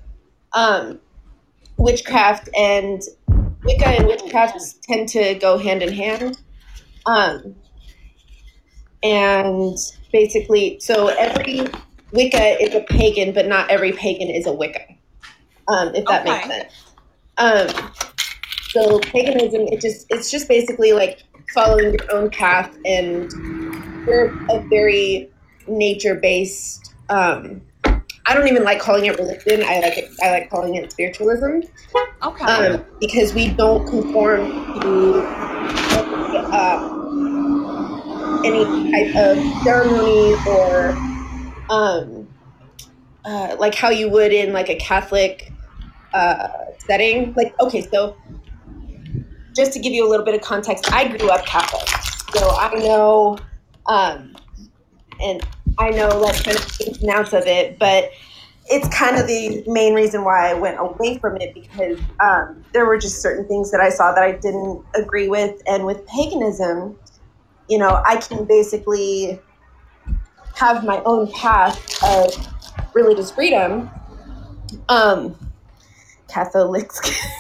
Speaker 5: um, witchcraft, and Wicca and witchcraft tend to go hand in hand. Um, and basically, so every Wicca is a pagan, but not every pagan is a Wicca. Um, if that makes
Speaker 1: Okay.
Speaker 5: sense. Um, so paganism, it just it's just basically like following your own path, and we're a very nature based. Um, I don't even like calling it religion. I like it, I like calling it spiritualism
Speaker 1: okay.
Speaker 2: Uh,
Speaker 5: um, because we don't conform to uh, any type of ceremony or um, uh, like how you would in like a Catholic uh, setting. Like, okay, so just to give you a little bit of context, I grew up Catholic, so I know, um, and I know like kind of the ins and outs of it, but it's kind of the main reason why I went away from it because um, there were just certain things that I saw that I didn't agree with. And with paganism, you know, I can basically have my own path of religious freedom. Um, Catholics.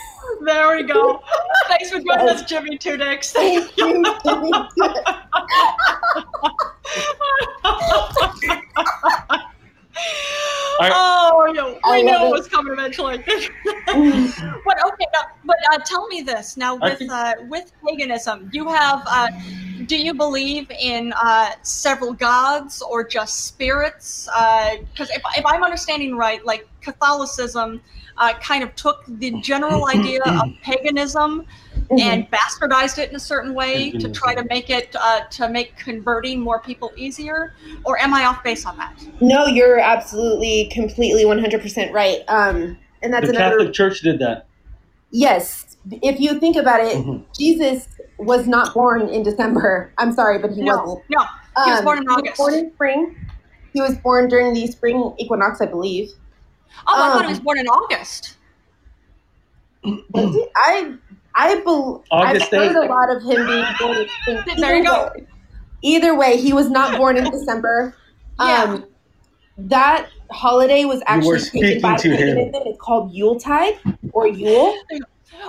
Speaker 1: There we go. Thanks for joining us, Jimmy Two Dicks.
Speaker 5: Thank you.
Speaker 1: oh, yeah,
Speaker 5: I
Speaker 1: we
Speaker 5: love
Speaker 1: knew it
Speaker 5: it.
Speaker 1: was coming eventually. but okay, now, but uh, tell me this now
Speaker 3: I
Speaker 1: with
Speaker 3: think-
Speaker 1: uh, with paganism, you have uh, do you believe in uh, several gods or just spirits? Because if, if I'm understanding right, like Catholicism uh, kind of took the general idea of paganism and bastardized it in a certain way to try to make it uh, to make converting more people easier? Or am I off base on that?
Speaker 5: No, you're absolutely, completely, 100% right. Um, and that's
Speaker 3: the
Speaker 5: another.
Speaker 3: Catholic Church did that.
Speaker 5: Yes, if you think about it,
Speaker 3: Mhm.
Speaker 5: Jesus was not born in December. I'm sorry, but he
Speaker 1: No,
Speaker 5: wasn't.
Speaker 1: no. He was
Speaker 5: Um,
Speaker 1: born in
Speaker 5: he was
Speaker 1: August.
Speaker 5: born in spring. He was born during the spring equinox, I believe.
Speaker 1: Oh, I thought
Speaker 5: um,
Speaker 1: he was born in August.
Speaker 5: Was it? I I bel
Speaker 3: Hmm. August
Speaker 5: I've heard
Speaker 3: 8th.
Speaker 5: a lot of him being born in spring.
Speaker 1: There you go.
Speaker 5: Way, either way, he was not born in December.
Speaker 1: Yeah.
Speaker 5: Um, that holiday was actually taken
Speaker 3: speaking
Speaker 5: by
Speaker 3: to him.
Speaker 5: paganism. It's called Yuletide or Yule.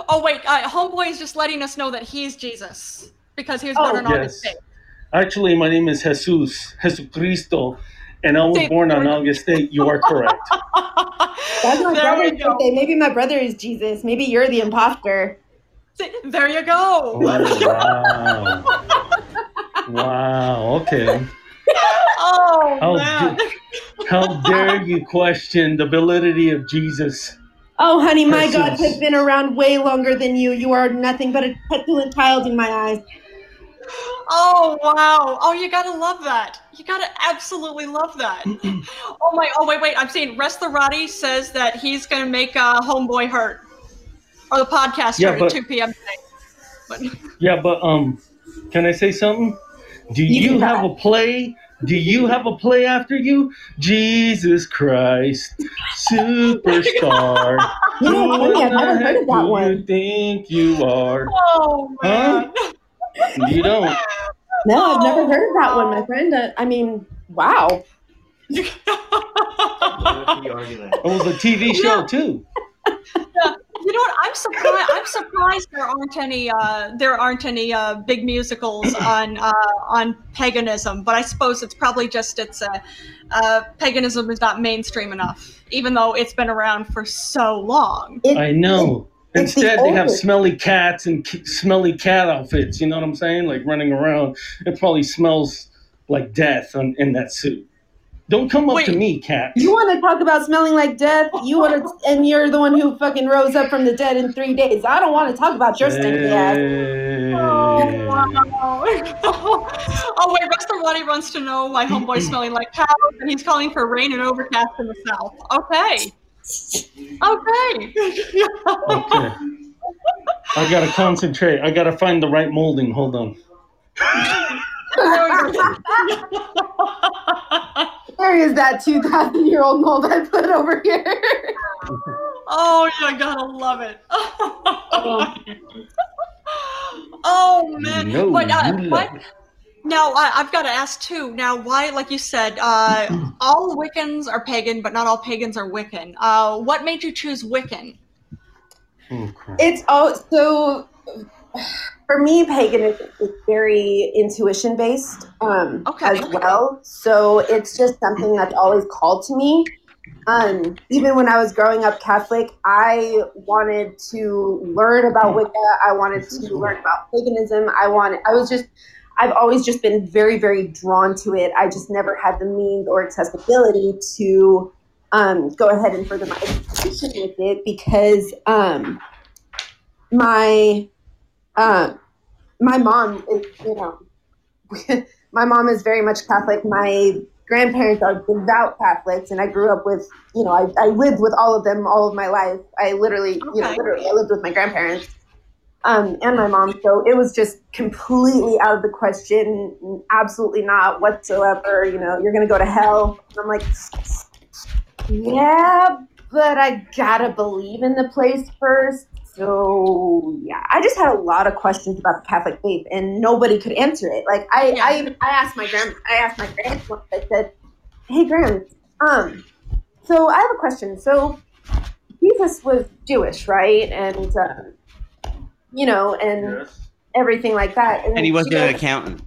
Speaker 1: Oh wait, uh, homeboy is just letting us know that he's Jesus because he was born
Speaker 5: Oh.
Speaker 1: on August.
Speaker 3: Yes.
Speaker 1: 8th.
Speaker 3: Actually, my name is Jesus, Jesucristo, and I was
Speaker 1: Same.
Speaker 3: born on August 8th. You are correct.
Speaker 5: That's
Speaker 1: there
Speaker 5: my
Speaker 1: we
Speaker 5: brother's
Speaker 1: go.
Speaker 5: birthday. Maybe my brother is Jesus. Maybe you're the imposter.
Speaker 1: See, There you go.
Speaker 3: Oh, wow. Wow. Okay.
Speaker 1: Oh,
Speaker 3: Oh,
Speaker 1: man.
Speaker 3: How dare you question the validity of Jesus?
Speaker 5: Oh, honey, my
Speaker 3: Yes,
Speaker 5: gods
Speaker 3: yes.
Speaker 5: have been around way longer than you. You are nothing but a petulant child in my eyes.
Speaker 1: Oh wow. Oh, you gotta love that. You gotta absolutely love that. oh my. Oh wait, wait. I'm seeing Restlerati says that he's gonna make uh, homeboy hurt, or the podcast
Speaker 3: Yeah,
Speaker 1: hurt
Speaker 3: but-
Speaker 1: at 2 p.m. today. But
Speaker 3: Yeah, but um, can I say something? Do
Speaker 5: You
Speaker 3: you
Speaker 5: can
Speaker 3: have a play? Do you have a play after you? Jesus Christ, superstar.
Speaker 5: You know,
Speaker 3: Who
Speaker 5: honey, I've
Speaker 3: the
Speaker 5: never heard
Speaker 3: heck
Speaker 5: of that
Speaker 3: do
Speaker 5: one.
Speaker 3: You think you are?
Speaker 1: oh man.
Speaker 3: You don't.
Speaker 5: No, I've never heard of that one, my friend. Uh, I mean, wow.
Speaker 6: How can you argue that?
Speaker 3: It was a TV show too.
Speaker 1: You know what? I'm surprised. I'm surprised there aren't any. Uh, there aren't any uh, big musicals on uh, on paganism. But I suppose it's probably just it's uh, uh, paganism is not mainstream enough, even though it's been around for so long.
Speaker 5: It,
Speaker 3: I know.
Speaker 5: It's the
Speaker 3: Instead, they have
Speaker 5: oldest.
Speaker 3: smelly cats and k- smelly cat outfits. You know what I'm saying? Like running around. It probably smells like death on, in that suit. Don't come up to
Speaker 1: Wait.
Speaker 3: me, cat.
Speaker 5: You want to talk about smelling like death? You want to, and you're the one who fucking rose up from the dead in three days. I don't want to talk about your stinky ass.
Speaker 3: Hey.
Speaker 1: Oh, wow. oh wait, Buster Ronnie wants to know why homeboy smelling like cows, and he's calling for rain and overcast in the south. Okay. Okay.
Speaker 3: Okay. I gotta concentrate. I gotta find the right molding. Hold on.
Speaker 1: There we go.
Speaker 5: Where is that 2,000 year old mold I put over here?
Speaker 1: Oh, you gotta love it. oh man!
Speaker 3: No,
Speaker 1: but uh,
Speaker 3: you
Speaker 1: what?
Speaker 3: love it.
Speaker 1: Now I, I've got to ask too. Now, why, like you said, uh, all Wiccans are pagan, but not all pagans are Wiccan. Uh, what made you choose Wiccan?
Speaker 3: Oh, crap.
Speaker 5: It's all so for me, paganism is very intuition based um,
Speaker 1: Okay.
Speaker 5: as well. So it's just something that's always called to me. Um, even when I was growing up Catholic, I wanted to learn about Wicca. I wanted to learn about paganism. I wanted. I was just. I've always just been very, very drawn to it. I just never had the means or accessibility to um, go ahead and further my education with it because um, my uh, my mom is you know my mom is very much Catholic. My grandparents are devout Catholics, and I grew up with you know I, I lived with all of them all of my life. I literally you know
Speaker 1: Okay.
Speaker 5: literally I lived with my grandparents. Um, and my mom, so it was just completely out of the question, absolutely not whatsoever. You know, you're gonna go to hell. And I'm like, yeah, but I gotta believe in the place first. So yeah, I just had a lot of questions about the Catholic faith, and nobody could answer it. Like I,
Speaker 1: Yeah.
Speaker 5: I, I asked my grand, I asked my grandson. I said, "Hey, grand, um, so I have a question. So Jesus was Jewish, right? And um, you know, and everything like that.
Speaker 2: And he wasn't an
Speaker 5: Judas-
Speaker 2: accountant.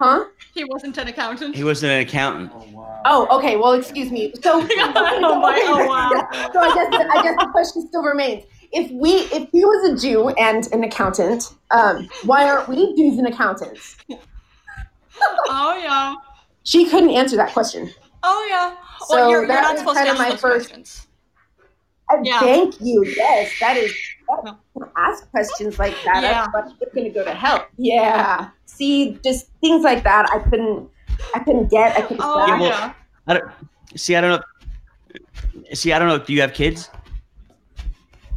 Speaker 5: huh?
Speaker 1: He wasn't an accountant.
Speaker 2: He wasn't an accountant.
Speaker 3: Oh, wow.
Speaker 5: Oh, okay. Well, excuse me. So,
Speaker 1: Oh my- oh wow.
Speaker 5: so I guess the, I guess the question still remains: if we, if he was a Jew and an accountant, um, why aren't we Jews and accountants?
Speaker 1: Oh yeah.
Speaker 5: She couldn't answer that question.
Speaker 1: Oh yeah.
Speaker 5: So
Speaker 1: well, you're, you're
Speaker 5: that
Speaker 1: not
Speaker 5: was
Speaker 1: supposed to
Speaker 5: kinda
Speaker 1: answer
Speaker 5: my
Speaker 1: those
Speaker 5: first-
Speaker 1: questions.
Speaker 5: Uh,
Speaker 1: Yeah.
Speaker 5: Thank you. Yes, that is.
Speaker 1: No.
Speaker 5: That, ask questions like that.
Speaker 1: Yeah.
Speaker 5: I'm like, it's gonna go to hell. Yeah. See, just things like that. I couldn't. I couldn't get. I couldn't.
Speaker 1: Oh,
Speaker 5: grasp.
Speaker 2: Yeah, well-
Speaker 1: yeah.
Speaker 2: I don't see. I don't know. See, I don't know. Do you have kids?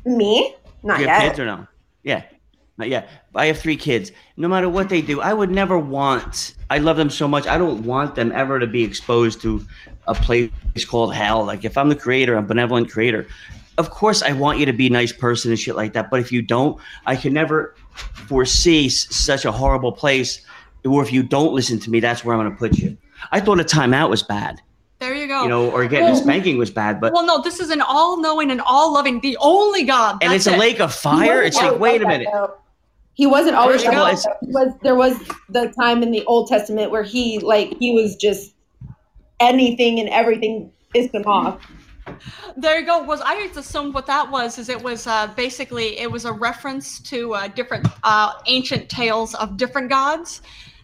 Speaker 5: Me? Not
Speaker 2: Do you have
Speaker 5: yet.
Speaker 2: kids or no? Yeah, not yet. I have three kids. No matter what they do, I would never want. I love them so much. I don't want them ever to be exposed to a place called hell. Like if I'm the creator, I'm benevolent creator. Of course, I want you to be a nice person and shit like that. But if you don't, I can never foresee s- such a horrible place. Or if you don't listen to me, that's where I'm going to put you. I thought a timeout was bad,
Speaker 1: There you go.
Speaker 2: you know, or getting a
Speaker 1: Oh. Well-
Speaker 2: spanking was bad, but
Speaker 1: well, no, this is an all-knowing and all-loving, the only God.
Speaker 2: and it's
Speaker 1: That's
Speaker 2: a
Speaker 1: it.
Speaker 2: lake of
Speaker 5: He
Speaker 2: fire.
Speaker 5: wasn't
Speaker 2: It's like,
Speaker 5: always
Speaker 2: wait a
Speaker 5: that,
Speaker 2: minute.
Speaker 5: though. He wasn't always
Speaker 1: There
Speaker 5: like
Speaker 1: you
Speaker 5: that.
Speaker 2: go.
Speaker 5: though. He Was there was the time in the Old Testament where he like he was just anything and everything pissed him off.
Speaker 1: There you go. Was I just assumed what that was? Is it was uh, basically it was a reference to uh, different uh, ancient tales of different gods.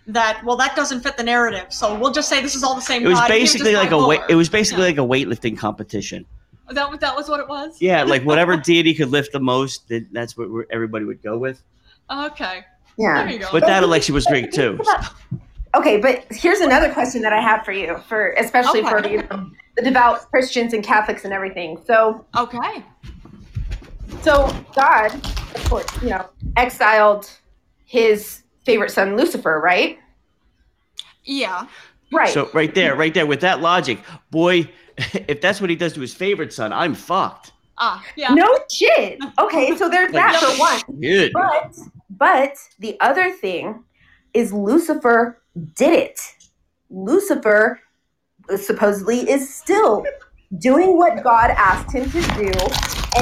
Speaker 1: That well, that doesn't fit the narrative, so we'll just say this is all the same.
Speaker 2: It was
Speaker 1: god. He just
Speaker 2: basically like a weight.
Speaker 1: bipolar.
Speaker 2: It was basically
Speaker 1: Yeah.
Speaker 2: like a weightlifting competition.
Speaker 1: that. was- That was what it was.
Speaker 2: Yeah, like whatever deity could lift the most, th- that's what we're, everybody would go with.
Speaker 1: Okay. There
Speaker 5: Yeah.
Speaker 1: you go.
Speaker 2: But that election was rigged too.
Speaker 5: Okay, but here's another question that I have for you, for especially
Speaker 1: Okay.
Speaker 5: for you know, the devout Christians and Catholics and everything. So,
Speaker 1: okay.
Speaker 5: so God, of course, you know, exiled his favorite son Lucifer, right?
Speaker 1: Yeah.
Speaker 5: Right.
Speaker 2: So right there, right there, with that logic, boy, if that's what he does to his favorite son, I'm fucked.
Speaker 1: Ah. Yeah.
Speaker 5: no shit. Okay, so there's
Speaker 2: Like,
Speaker 5: that for one.
Speaker 2: Dude.
Speaker 5: But but the other thing is Lucifer did it. Lucifer uh, supposedly is still doing what God asked him to do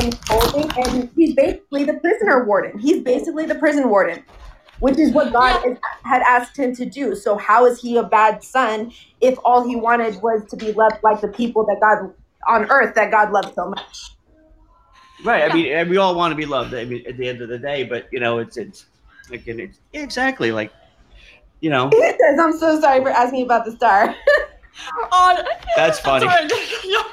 Speaker 5: and holding and he's basically the prisoner warden. He's basically the prison warden, which is what God is- had asked him to do. So how is he a bad son if all he wanted was to be loved like the people that God on earth that God loved so much?
Speaker 2: Right. I mean, and we all want to be loved. I mean, at the end of the day, but you know, it's it's like and it's, yeah, exactly like you know
Speaker 5: He says, I'm so sorry for asking about the star.
Speaker 1: Oh,
Speaker 2: that's
Speaker 1: I'm
Speaker 2: funny.
Speaker 1: sorry.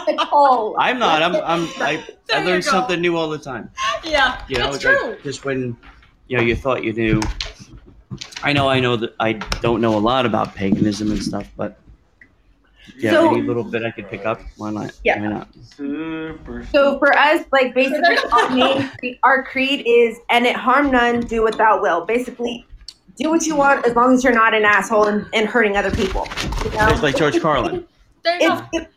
Speaker 5: Tentacle.
Speaker 2: I'm not. I'm I'm I,
Speaker 1: There
Speaker 2: I
Speaker 1: you
Speaker 2: learn
Speaker 1: go.
Speaker 2: something new all the time.
Speaker 1: yeah.
Speaker 2: You know,
Speaker 1: that's
Speaker 2: it's like
Speaker 1: true.
Speaker 2: just when you know you thought you knew. I know, I know that I don't know a lot about paganism and stuff, but yeah,
Speaker 5: So-
Speaker 2: any little bit I could pick up, why not?
Speaker 5: Yeah.
Speaker 2: Why not?
Speaker 3: Super.
Speaker 5: So for us, like basically our, main, our creed is and it harm none, do what thou will. Basically, do what you want as long as you're not an asshole and, and hurting other people. You know?
Speaker 2: It's like George Carlin.
Speaker 1: There you
Speaker 5: it's,
Speaker 1: go.
Speaker 5: it-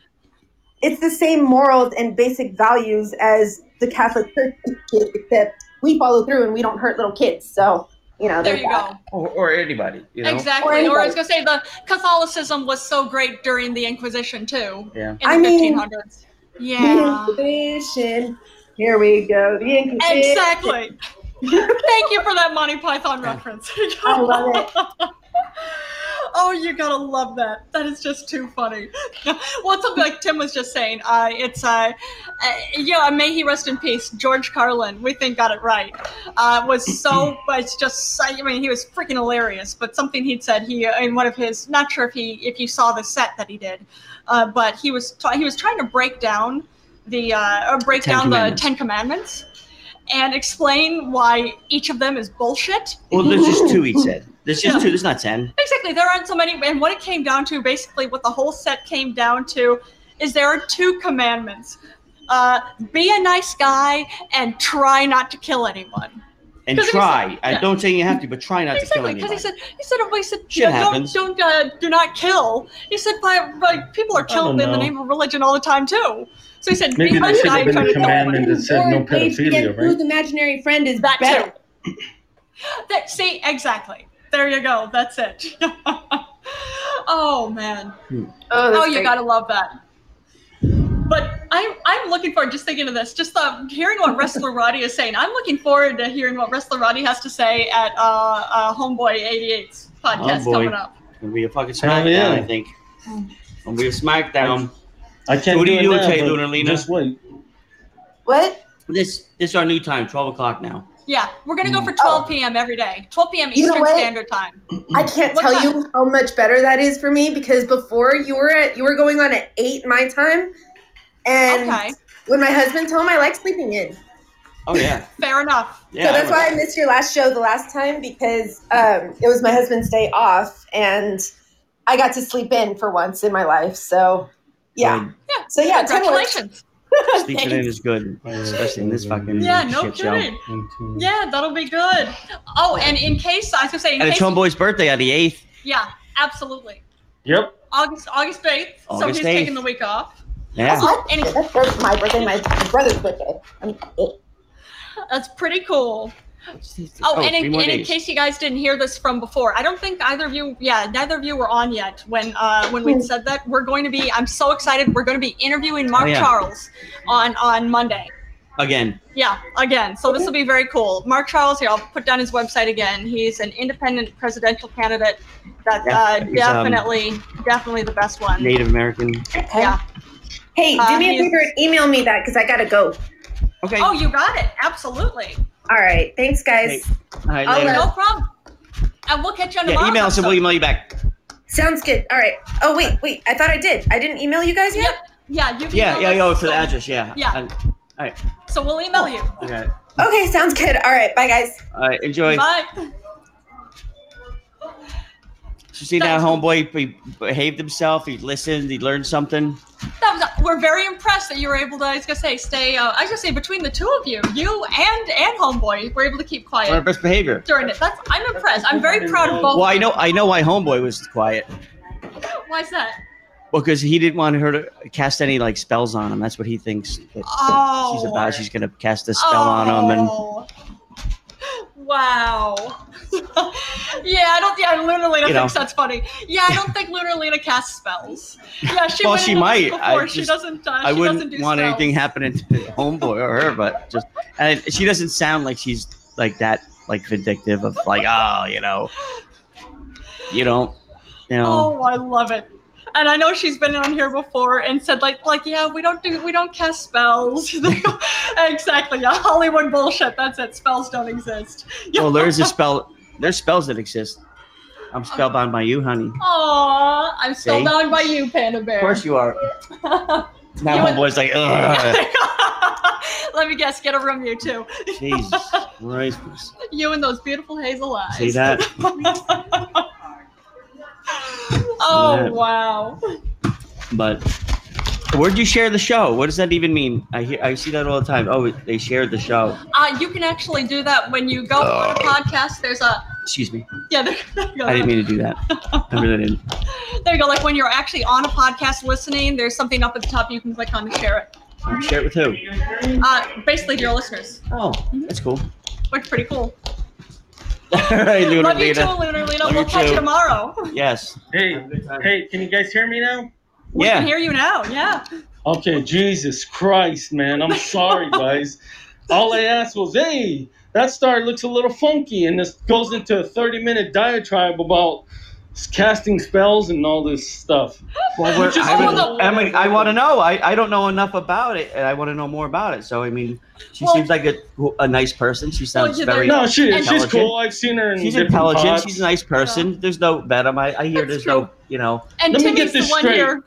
Speaker 5: it's the same morals and basic values as the Catholic Church, except we follow through and we don't hurt little kids. So, you know,
Speaker 1: There
Speaker 5: there's
Speaker 1: you
Speaker 5: that.
Speaker 1: go.
Speaker 2: Or, or anybody, you know?
Speaker 1: Exactly.
Speaker 5: Or
Speaker 1: Or, I was going to say, the Catholicism was so great during the Inquisition, too.
Speaker 2: Yeah.
Speaker 1: In the
Speaker 5: I mean-
Speaker 1: 1500s. Yeah.
Speaker 5: The Inquisition. Here we go. The Inquisition.
Speaker 1: Exactly. Thank you for that Monty Python reference.
Speaker 5: I love it.
Speaker 1: oh, you gotta love that. That is just too funny. well, it's something like Tim was just saying. Uh, it's uh, uh, yeah. May he rest in peace. George Carlin, we think got it right. Uh, was so. It's just. I mean, he was freaking hilarious. But something he'd said he uh, in one of his. Not sure if he if you saw the set that he did, uh, but he was t- he was trying to break down the uh, or break
Speaker 2: Ten
Speaker 1: down the
Speaker 2: Commandments.
Speaker 1: Ten Commandments. And explain why each of them is bullshit.
Speaker 2: Well, there's just two, he said. There's just two, there's not ten.
Speaker 1: Exactly. There aren't so many. And what it came down to, basically, what the whole set came down to, is there are two commandments uh, be a nice guy and try not to kill anyone.
Speaker 2: And
Speaker 1: 'Cause he
Speaker 2: try. I
Speaker 1: yeah.
Speaker 2: don't say you have to, but try not to kill
Speaker 1: exactly. Because
Speaker 2: anybody.
Speaker 1: he said, he said, he said
Speaker 2: Shit
Speaker 1: don't,
Speaker 2: happens.
Speaker 1: don't, uh, do not kill. He said, by, like, people are killed in the
Speaker 3: know.
Speaker 1: name of religion all the time, too. So he said,
Speaker 3: Maybe
Speaker 1: be a
Speaker 3: there
Speaker 1: nice
Speaker 3: should
Speaker 1: guy
Speaker 3: have
Speaker 1: and try
Speaker 3: been a
Speaker 1: to kill anyone.
Speaker 3: commandment that said no
Speaker 5: Or engaged in
Speaker 3: pedophilia, right?
Speaker 5: Whose imaginary friend is
Speaker 1: That
Speaker 5: better?
Speaker 1: too. That, see, exactly. There you go. That's it. oh, man. Oh, you gotta love that. But I'm I'm looking forward. Just thinking of this, just uh, hearing what Wrestler Roddy is saying. I'm looking forward to hearing what Wrestler Roddy has to say at uh, uh, Homeboy 88's podcast
Speaker 2: Homeboy.
Speaker 1: coming up.
Speaker 2: It'll be a fucking
Speaker 3: Hell
Speaker 2: SmackDown,
Speaker 3: yeah.
Speaker 2: I think. It'll be a SmackDown.
Speaker 3: I can't.
Speaker 2: So what do
Speaker 3: do
Speaker 2: you
Speaker 3: it
Speaker 2: do with
Speaker 3: now,
Speaker 2: Taylor
Speaker 3: but
Speaker 2: and Lena?
Speaker 3: Just wait.
Speaker 5: What?
Speaker 2: This this is our new time, 12 o'clock now.
Speaker 1: Yeah, we're gonna go
Speaker 2: Mm.
Speaker 1: for 12 p.m. every day. 12 p.m.
Speaker 5: Oh. You know
Speaker 1: Eastern
Speaker 5: what?
Speaker 1: Standard Time.
Speaker 5: I
Speaker 2: Mm.
Speaker 5: can't
Speaker 1: What
Speaker 5: tell
Speaker 1: time?
Speaker 5: you how much better that is for me because before you were at you were going on at eight my time, and
Speaker 1: Okay.
Speaker 5: When my husband's home, I like sleeping in.
Speaker 2: Oh yeah,
Speaker 1: Fair enough.
Speaker 2: yeah.
Speaker 5: so
Speaker 2: I
Speaker 5: that's why I missed your last show the last time because um, it was my husband's day off and I got to sleep in for once in my life. So, yeah.
Speaker 2: would-
Speaker 5: So, yeah, ten works.
Speaker 1: Congratulations.
Speaker 2: Sleeping in is good, especially in this fucking
Speaker 1: Yeah, no
Speaker 2: Mm, shit
Speaker 1: kidding.
Speaker 2: show.
Speaker 3: Yeah.
Speaker 1: Yeah, that'll be good. Oh, and in case I was gonna say, in
Speaker 2: And
Speaker 1: case,
Speaker 2: it's homeboy's birthday on the eighth.
Speaker 1: yeah, absolutely.
Speaker 3: Yep.
Speaker 1: August August eighth. So
Speaker 2: August
Speaker 1: he's
Speaker 2: 8th.
Speaker 1: taking the week off.
Speaker 2: Yeah,
Speaker 1: Oh, and
Speaker 5: That's both my birthday, my brother's birthday. I'm eight.
Speaker 1: that's pretty cool. Oh, and, in, and in case you guys didn't hear this from before, I don't think either of you, yeah, neither of you were on yet when uh, when we said that we're going to be. I'm so excited. We're going to be interviewing Mark
Speaker 2: Oh, yeah.
Speaker 1: Charles on on Monday.
Speaker 2: again,
Speaker 1: Yeah, again. So this will be very cool. Mark Charles here. I'll put down his website again. He's an independent presidential candidate. That
Speaker 2: Yeah,
Speaker 1: uh,
Speaker 2: he's, um,
Speaker 1: definitely, definitely the best one.
Speaker 2: Native American.
Speaker 5: Okay.
Speaker 1: Yeah.
Speaker 5: Hey, do
Speaker 1: Uh,
Speaker 5: me a
Speaker 1: he's-
Speaker 5: favor and email me that because I got to go.
Speaker 2: Okay.
Speaker 1: Oh, you got it. Absolutely.
Speaker 5: All right. Thanks, guys.
Speaker 2: Hey, All right,
Speaker 5: I'll
Speaker 1: Oh,
Speaker 2: later.
Speaker 5: let-
Speaker 1: no problem. And we'll catch you on
Speaker 2: Yeah,
Speaker 1: tomorrow's
Speaker 2: email us and we'll
Speaker 1: episode.
Speaker 2: email you back.
Speaker 5: Sounds good. All right. Oh, wait, wait. I thought I did. I didn't email you guys
Speaker 1: Yep.
Speaker 5: yet?
Speaker 1: Yeah, you.
Speaker 2: Yeah,
Speaker 1: email
Speaker 2: yeah,
Speaker 1: us,
Speaker 2: yeah. For the
Speaker 1: so-
Speaker 2: address, yeah.
Speaker 1: Yeah.
Speaker 2: And-
Speaker 1: So we'll email you.
Speaker 2: Okay.
Speaker 5: Okay, sounds good. All right. Bye, guys.
Speaker 2: All right. Enjoy.
Speaker 1: Bye.
Speaker 2: So see that
Speaker 1: Thanks.
Speaker 2: homeboy he behaved himself. He listened. He learned something.
Speaker 1: That was, we're very impressed that you were able to. I was gonna say, stay. Uh, I was gonna say between the two of you, you and and homeboy, were able to keep
Speaker 2: Learn
Speaker 1: quiet
Speaker 2: best behavior.
Speaker 1: during it. That's I'm impressed. I'm very proud of both.
Speaker 2: Well, I know, I know why homeboy was quiet.
Speaker 1: Why is that?
Speaker 2: Well, because he didn't want her to cast any like spells on him. That's what he thinks that
Speaker 1: Oh.
Speaker 2: she's about. She's gonna cast a spell on him, and
Speaker 1: Oh. Wow. yeah, I don't think I literally don't
Speaker 2: You
Speaker 1: think
Speaker 2: know.
Speaker 1: that's funny. Yeah, I don't think Lunar Lena casts spells. Yeah, she
Speaker 2: Well,
Speaker 1: went
Speaker 2: she
Speaker 1: into this
Speaker 2: might. I
Speaker 1: Before. she
Speaker 2: just-
Speaker 1: doesn't. Uh,
Speaker 2: I
Speaker 1: she doesn't
Speaker 2: wouldn't
Speaker 1: do
Speaker 2: want
Speaker 1: spells.
Speaker 2: anything happening to homeboy or her. But just and she doesn't sound like she's like that like vindictive of like oh you know you don't you know
Speaker 1: Oh, I love it. And I know she's been on here before and said like like yeah we don't do we don't cast spells exactly yeah Hollywood bullshit that's it spells don't exist
Speaker 2: well Oh, there's a spell there's spells that exist. I'm spellbound by you, honey.
Speaker 1: Aw, I'm still
Speaker 2: See?
Speaker 1: bound by you Panda Bear
Speaker 2: Of course you are. Now
Speaker 1: You
Speaker 2: my
Speaker 1: and-
Speaker 2: boy's like, ugh,
Speaker 1: let me guess get a room you too
Speaker 2: Jesus Christ.
Speaker 1: you and those beautiful hazel eyes
Speaker 2: See that?
Speaker 1: oh
Speaker 2: Yeah.
Speaker 1: wow
Speaker 2: But where'd you share the show? What does that even mean? I hear, I see that all the time. Oh, they shared the show.
Speaker 1: uh, you can actually do that when you go on a podcast there's a
Speaker 2: Excuse me.
Speaker 1: yeah there, there you go.
Speaker 2: Oh. I didn't mean to do that. I really didn't.
Speaker 1: There you go. Like when you're actually on a podcast listening, there's something up at the top you can click on to share it.
Speaker 2: You share it with who?
Speaker 1: Uh, basically to your listeners,
Speaker 2: Oh,
Speaker 1: Mm-hmm.
Speaker 2: that's cool.
Speaker 1: which is pretty cool.
Speaker 2: all right, Lunar
Speaker 1: Love you too,
Speaker 2: Lena.
Speaker 1: Lunar Lena.
Speaker 2: Love you
Speaker 1: We'll catch
Speaker 2: too.
Speaker 1: you tomorrow.
Speaker 2: Yes.
Speaker 3: Hey, hey, can you guys hear me now?
Speaker 1: We
Speaker 2: yeah.
Speaker 1: can hear you now. Yeah.
Speaker 3: Okay, Jesus Christ, man. I'm sorry, guys. All I asked was, hey, that star looks a little funky, and this goes into a 30 minute diatribe about s- casting spells and all this stuff.
Speaker 2: well, we're,
Speaker 3: just
Speaker 2: I, would-
Speaker 1: wanna-
Speaker 2: I mean, I want to know. I, I don't know enough about it, and I want to know more about it. So, I mean, she
Speaker 1: Well-
Speaker 2: seems like a, a nice person. She sounds
Speaker 1: yeah,
Speaker 2: very.
Speaker 1: there-
Speaker 3: No, she is. She's
Speaker 2: Intelligent.
Speaker 3: cool. I've seen her in
Speaker 2: She's
Speaker 3: different
Speaker 2: intelligent.
Speaker 3: pods.
Speaker 2: She's a nice person. There's no bet on my. I hear
Speaker 1: That's
Speaker 2: there's
Speaker 1: true.
Speaker 2: no. You know.
Speaker 1: And
Speaker 3: Let me
Speaker 1: Timmy's
Speaker 3: get this
Speaker 1: the one
Speaker 3: straight.
Speaker 1: here.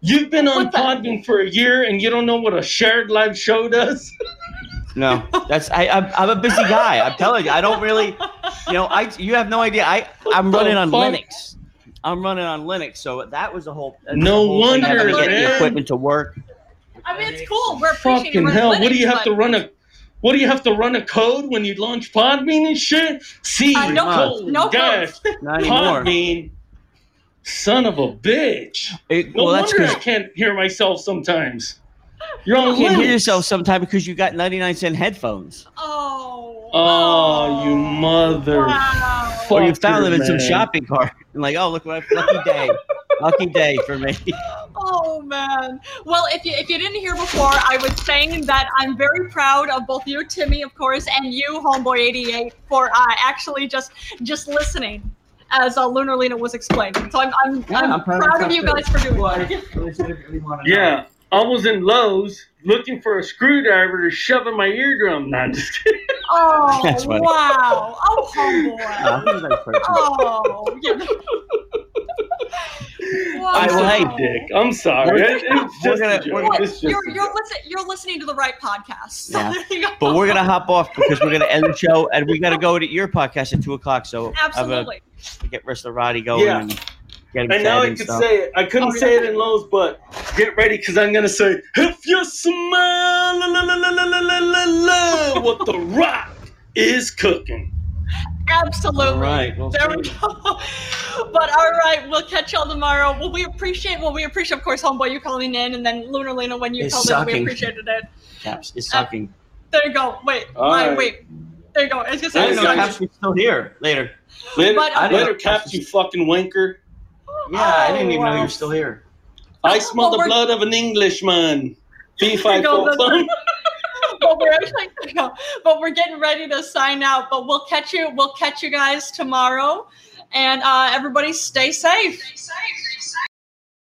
Speaker 3: You've been on
Speaker 1: What's that?
Speaker 3: Podbean for a year, and you don't know what a shared live show does?
Speaker 2: No, that's I. I'm, I'm a busy guy. I'm telling you, I don't really. You know, I. You have no idea. I. I'm
Speaker 3: the
Speaker 2: running on
Speaker 3: fuck?
Speaker 2: Linux. I'm running on Linux, so that was a whole. that's
Speaker 3: No
Speaker 2: the whole thing, having
Speaker 1: wonder,
Speaker 2: to get the
Speaker 1: man.
Speaker 2: equipment to work.
Speaker 1: I mean, it's cool. We're appreciating
Speaker 3: Fucking
Speaker 1: we're
Speaker 3: hell! What do
Speaker 1: Linux,
Speaker 3: you have to
Speaker 1: but-
Speaker 3: run a? What do you have to run a code when you launch Podbean and shit? See,
Speaker 1: Uh, no
Speaker 2: code.
Speaker 3: holy
Speaker 1: No
Speaker 3: gosh,
Speaker 2: Not anymore.
Speaker 3: Podbean, son of a bitch!
Speaker 2: It-
Speaker 3: No
Speaker 2: well, that's
Speaker 3: wonder I
Speaker 2: because
Speaker 3: can't hear myself sometimes. You're on
Speaker 2: you can't hear
Speaker 3: Linux.
Speaker 2: yourself sometime because you got 99 cent headphones,
Speaker 1: Oh.
Speaker 3: Oh, you mother!
Speaker 1: Wow.
Speaker 2: or you found
Speaker 3: Fucker,
Speaker 2: them in some
Speaker 3: man.
Speaker 2: shopping cart, and like, oh look, what a lucky day, lucky day for me.
Speaker 1: Oh man. Well, if you if you didn't hear before, I was saying that I'm very proud of both you, Timmy, of course, and you, Homeboy88, for uh, actually just just listening, as uh, Lunar Lena was explaining. So I'm I'm,
Speaker 2: Yeah,
Speaker 1: I'm,
Speaker 2: I'm proud
Speaker 1: proud,
Speaker 2: of
Speaker 1: of you
Speaker 2: myself,
Speaker 1: guys for doing
Speaker 2: Well,
Speaker 1: that.
Speaker 3: Yeah, I was in Lowe's looking for a screwdriver to shove in my eardrum. Not just kidding.
Speaker 1: Oh
Speaker 2: That's funny.
Speaker 1: wow. Oh Homeboy.
Speaker 2: Oh, he's a nice person.
Speaker 1: Oh yeah.
Speaker 3: I'm
Speaker 2: will
Speaker 3: such
Speaker 2: hate-
Speaker 3: a dick. I'm sorry.
Speaker 2: We're-
Speaker 3: It- It's
Speaker 2: we're
Speaker 3: just
Speaker 2: gonna-
Speaker 3: a joke.
Speaker 2: we're gonna-
Speaker 3: It's just
Speaker 1: You're,
Speaker 3: a
Speaker 1: you're,
Speaker 3: joke.
Speaker 1: listen, you're listening to the right podcast. So
Speaker 2: Yeah.
Speaker 1: there you go.
Speaker 2: But we're gonna hop off because we're gonna end the show, and we gotta go to your podcast at two o'clock. So I'm
Speaker 1: Absolutely.
Speaker 2: gonna get rest of Roddy going.
Speaker 3: Yeah.
Speaker 2: And get him
Speaker 3: And now
Speaker 2: fed
Speaker 3: I
Speaker 2: and
Speaker 3: can
Speaker 2: stuff.
Speaker 3: say it. I couldn't
Speaker 1: Oh, yeah.
Speaker 3: say it in Lowe's, but get ready because I'm gonna say if you smell la, la, la, la, la, la, la, la, la, what the rock is cooking.
Speaker 1: Absolutely.
Speaker 2: All right, well,
Speaker 1: there we go. But all right, we'll catch y'all tomorrow. Well, we appreciate well, we appreciate, of course, homeboy, you calling in, and then Lunar Lena when you
Speaker 2: It's
Speaker 1: called in, we
Speaker 2: sucking.
Speaker 1: appreciated it.
Speaker 2: Caps is sucking.
Speaker 1: There you go. Wait,
Speaker 3: All
Speaker 1: my-
Speaker 3: right.
Speaker 1: wait. There you go. I was gonna
Speaker 2: I
Speaker 1: say
Speaker 2: didn't
Speaker 3: Thanks,
Speaker 1: it's
Speaker 2: know
Speaker 3: guys.
Speaker 1: sucking.
Speaker 2: Caps was still here. Later.
Speaker 3: Later,
Speaker 1: But, uh,
Speaker 3: later, caps you fucking wanker.
Speaker 2: Yeah, I didn't even know
Speaker 1: Oh,
Speaker 2: you
Speaker 1: wow.
Speaker 2: were still here.
Speaker 3: I smell
Speaker 1: Well,
Speaker 3: the
Speaker 1: we're-
Speaker 3: blood of an Englishman. B
Speaker 1: There you
Speaker 3: five
Speaker 1: go.
Speaker 3: four
Speaker 1: That's- but we're actually no, but we're getting ready to sign out. But we'll catch you. We'll catch you guys tomorrow. And uh, everybody, stay safe. Stay safe.